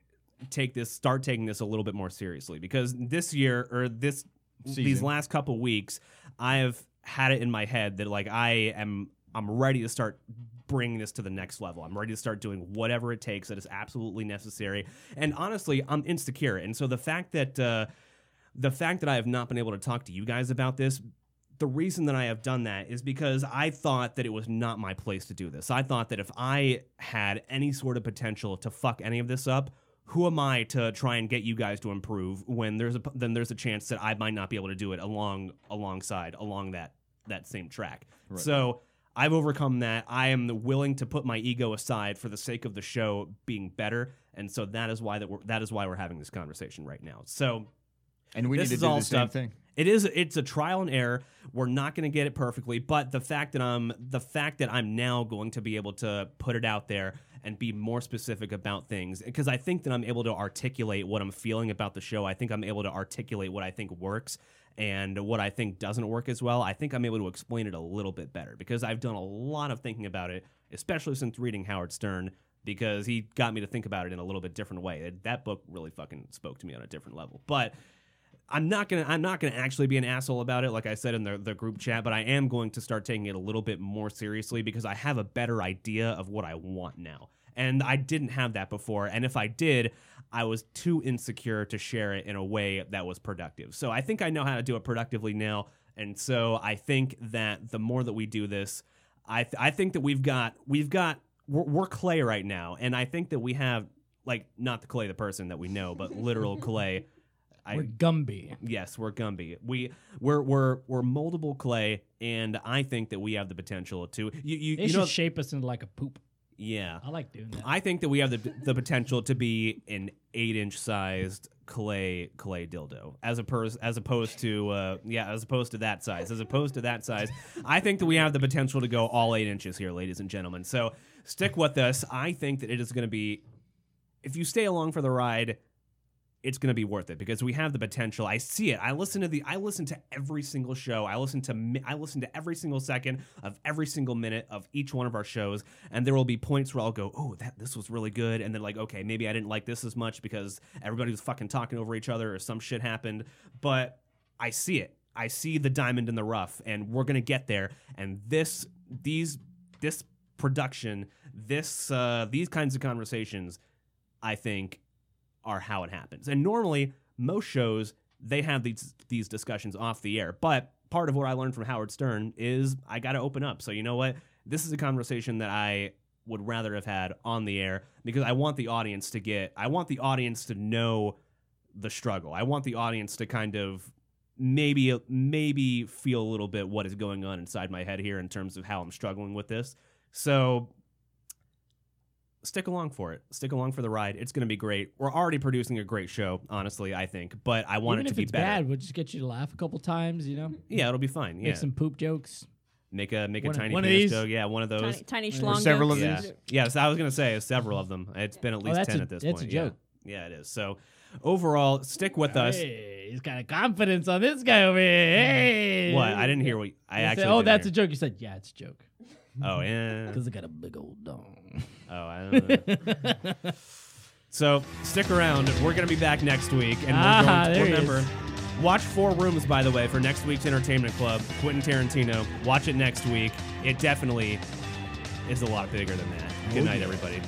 take this, start taking this a little bit more seriously because this year or this these Season. last couple weeks, I have had it in my head that like I am I'm ready to start bringing this to the next level. I'm ready to start doing whatever it takes that is absolutely necessary. And honestly, I'm insecure, and so the fact that uh, the fact that I have not been able to talk to you guys about this the reason that I have done that is because I thought that it was not my place to do this. I thought that if I had any sort of potential to fuck any of this up, who am I to try and get you guys to improve when there's a p- then there's a chance that I might not be able to do it along alongside along that that same track. So I've overcome that. I am willing to put my ego aside for the sake of the show being better, and so that is why that we're, that is why we're having this conversation right now. So and we this need is to do all the same stuff. thing. it is it's a trial and error. We're not going to get it perfectly, but the fact that I'm the fact that I'm now going to be able to put it out there and be more specific about things because I think that I'm able to articulate what I'm feeling about the show. I think I'm able to articulate what I think works and what I think doesn't work as well. I think I'm able to explain it a little bit better because I've done a lot of thinking about it, especially since reading Howard Stern because he got me to think about it in a little bit different way. That- That book really fucking spoke to me on a different level. But I'm not gonna I'm not gonna actually be an asshole about it, like I said in the, the group chat, but I am going to start taking it a little bit more seriously because I have a better idea of what I want now. And I didn't have that before, and if I did, I was too insecure to share it in a way that was productive. So I think I know how to do it productively now. And so I think that the more that we do this, I th- I think that we've got we've got we're, we're clay right now, and I think that we have like not the clay the person that we know, but literal clay. I, We're Gumby. Yes, we're Gumby. We we're we're we're moldable clay, and I think that we have the potential to you you, They you should know shape us into like a poop. yeah. I like doing that. I think that we have the the potential to be an eight inch sized clay clay dildo as opposed as opposed to uh, yeah as opposed to that size as opposed to that size. I think that we have the potential to go all eight inches here, ladies and gentlemen. So stick with us. I think that it is going to be if you stay along for the ride it's going to be worth it because we have the potential. I see it. I listen to the I listen to every single show. I listen to mi- I listen to every single second of every single minute of each one of our shows and there will be points where I'll go, "Oh, that this was really good." And then like, "Okay, maybe I didn't like this as much because everybody was fucking talking over each other or some shit happened." But I see it. I see the diamond in the rough and we're going to get there and this these this production, this uh these kinds of conversations I think are how it happens. And normally, most shows they have these these discussions off the air. But part of what I learned from Howard Stern is I got to open up. So you know what? This is a conversation that I would rather have had on the air because I want the audience to get I want the audience to know the struggle. I want the audience to kind of maybe maybe feel a little bit what is going on inside my head here in terms of how I'm struggling with this. So stick along for it. Stick along for the ride. It's going to be great. We're already producing a great show, honestly, I think, but I want Even it to if be it's better. bad, we'll just get you to laugh a couple times. You know, Yeah, it'll be fine. Yeah. make some poop jokes. make a make a One- tiny one of penis these? joke. Yeah, one of those. Tiny, tiny Yeah. schlong Several of jokes. yeah. yeah, so I was going to say several of them. It's been at least Oh, that's 10 a- at this that's a point. yeah. joke. Yeah. it is. So, overall, stick with us. Hey, he's got a confidence on this guy over here. Hey. Mm-hmm. What? I didn't hear what I You actually Said, oh, didn't that's hear. a joke. You said, yeah, it's a joke Oh, yeah. because I got a big old dong. Oh, I don't know. So stick around. We're going to be back next week. And we're Ah, going to, there he remember, watch Four Rooms, by the way, for next week's Entertainment Club. Quentin Tarantino. Oh, Watch it next week. It definitely is a lot bigger than that. Good night, everybody.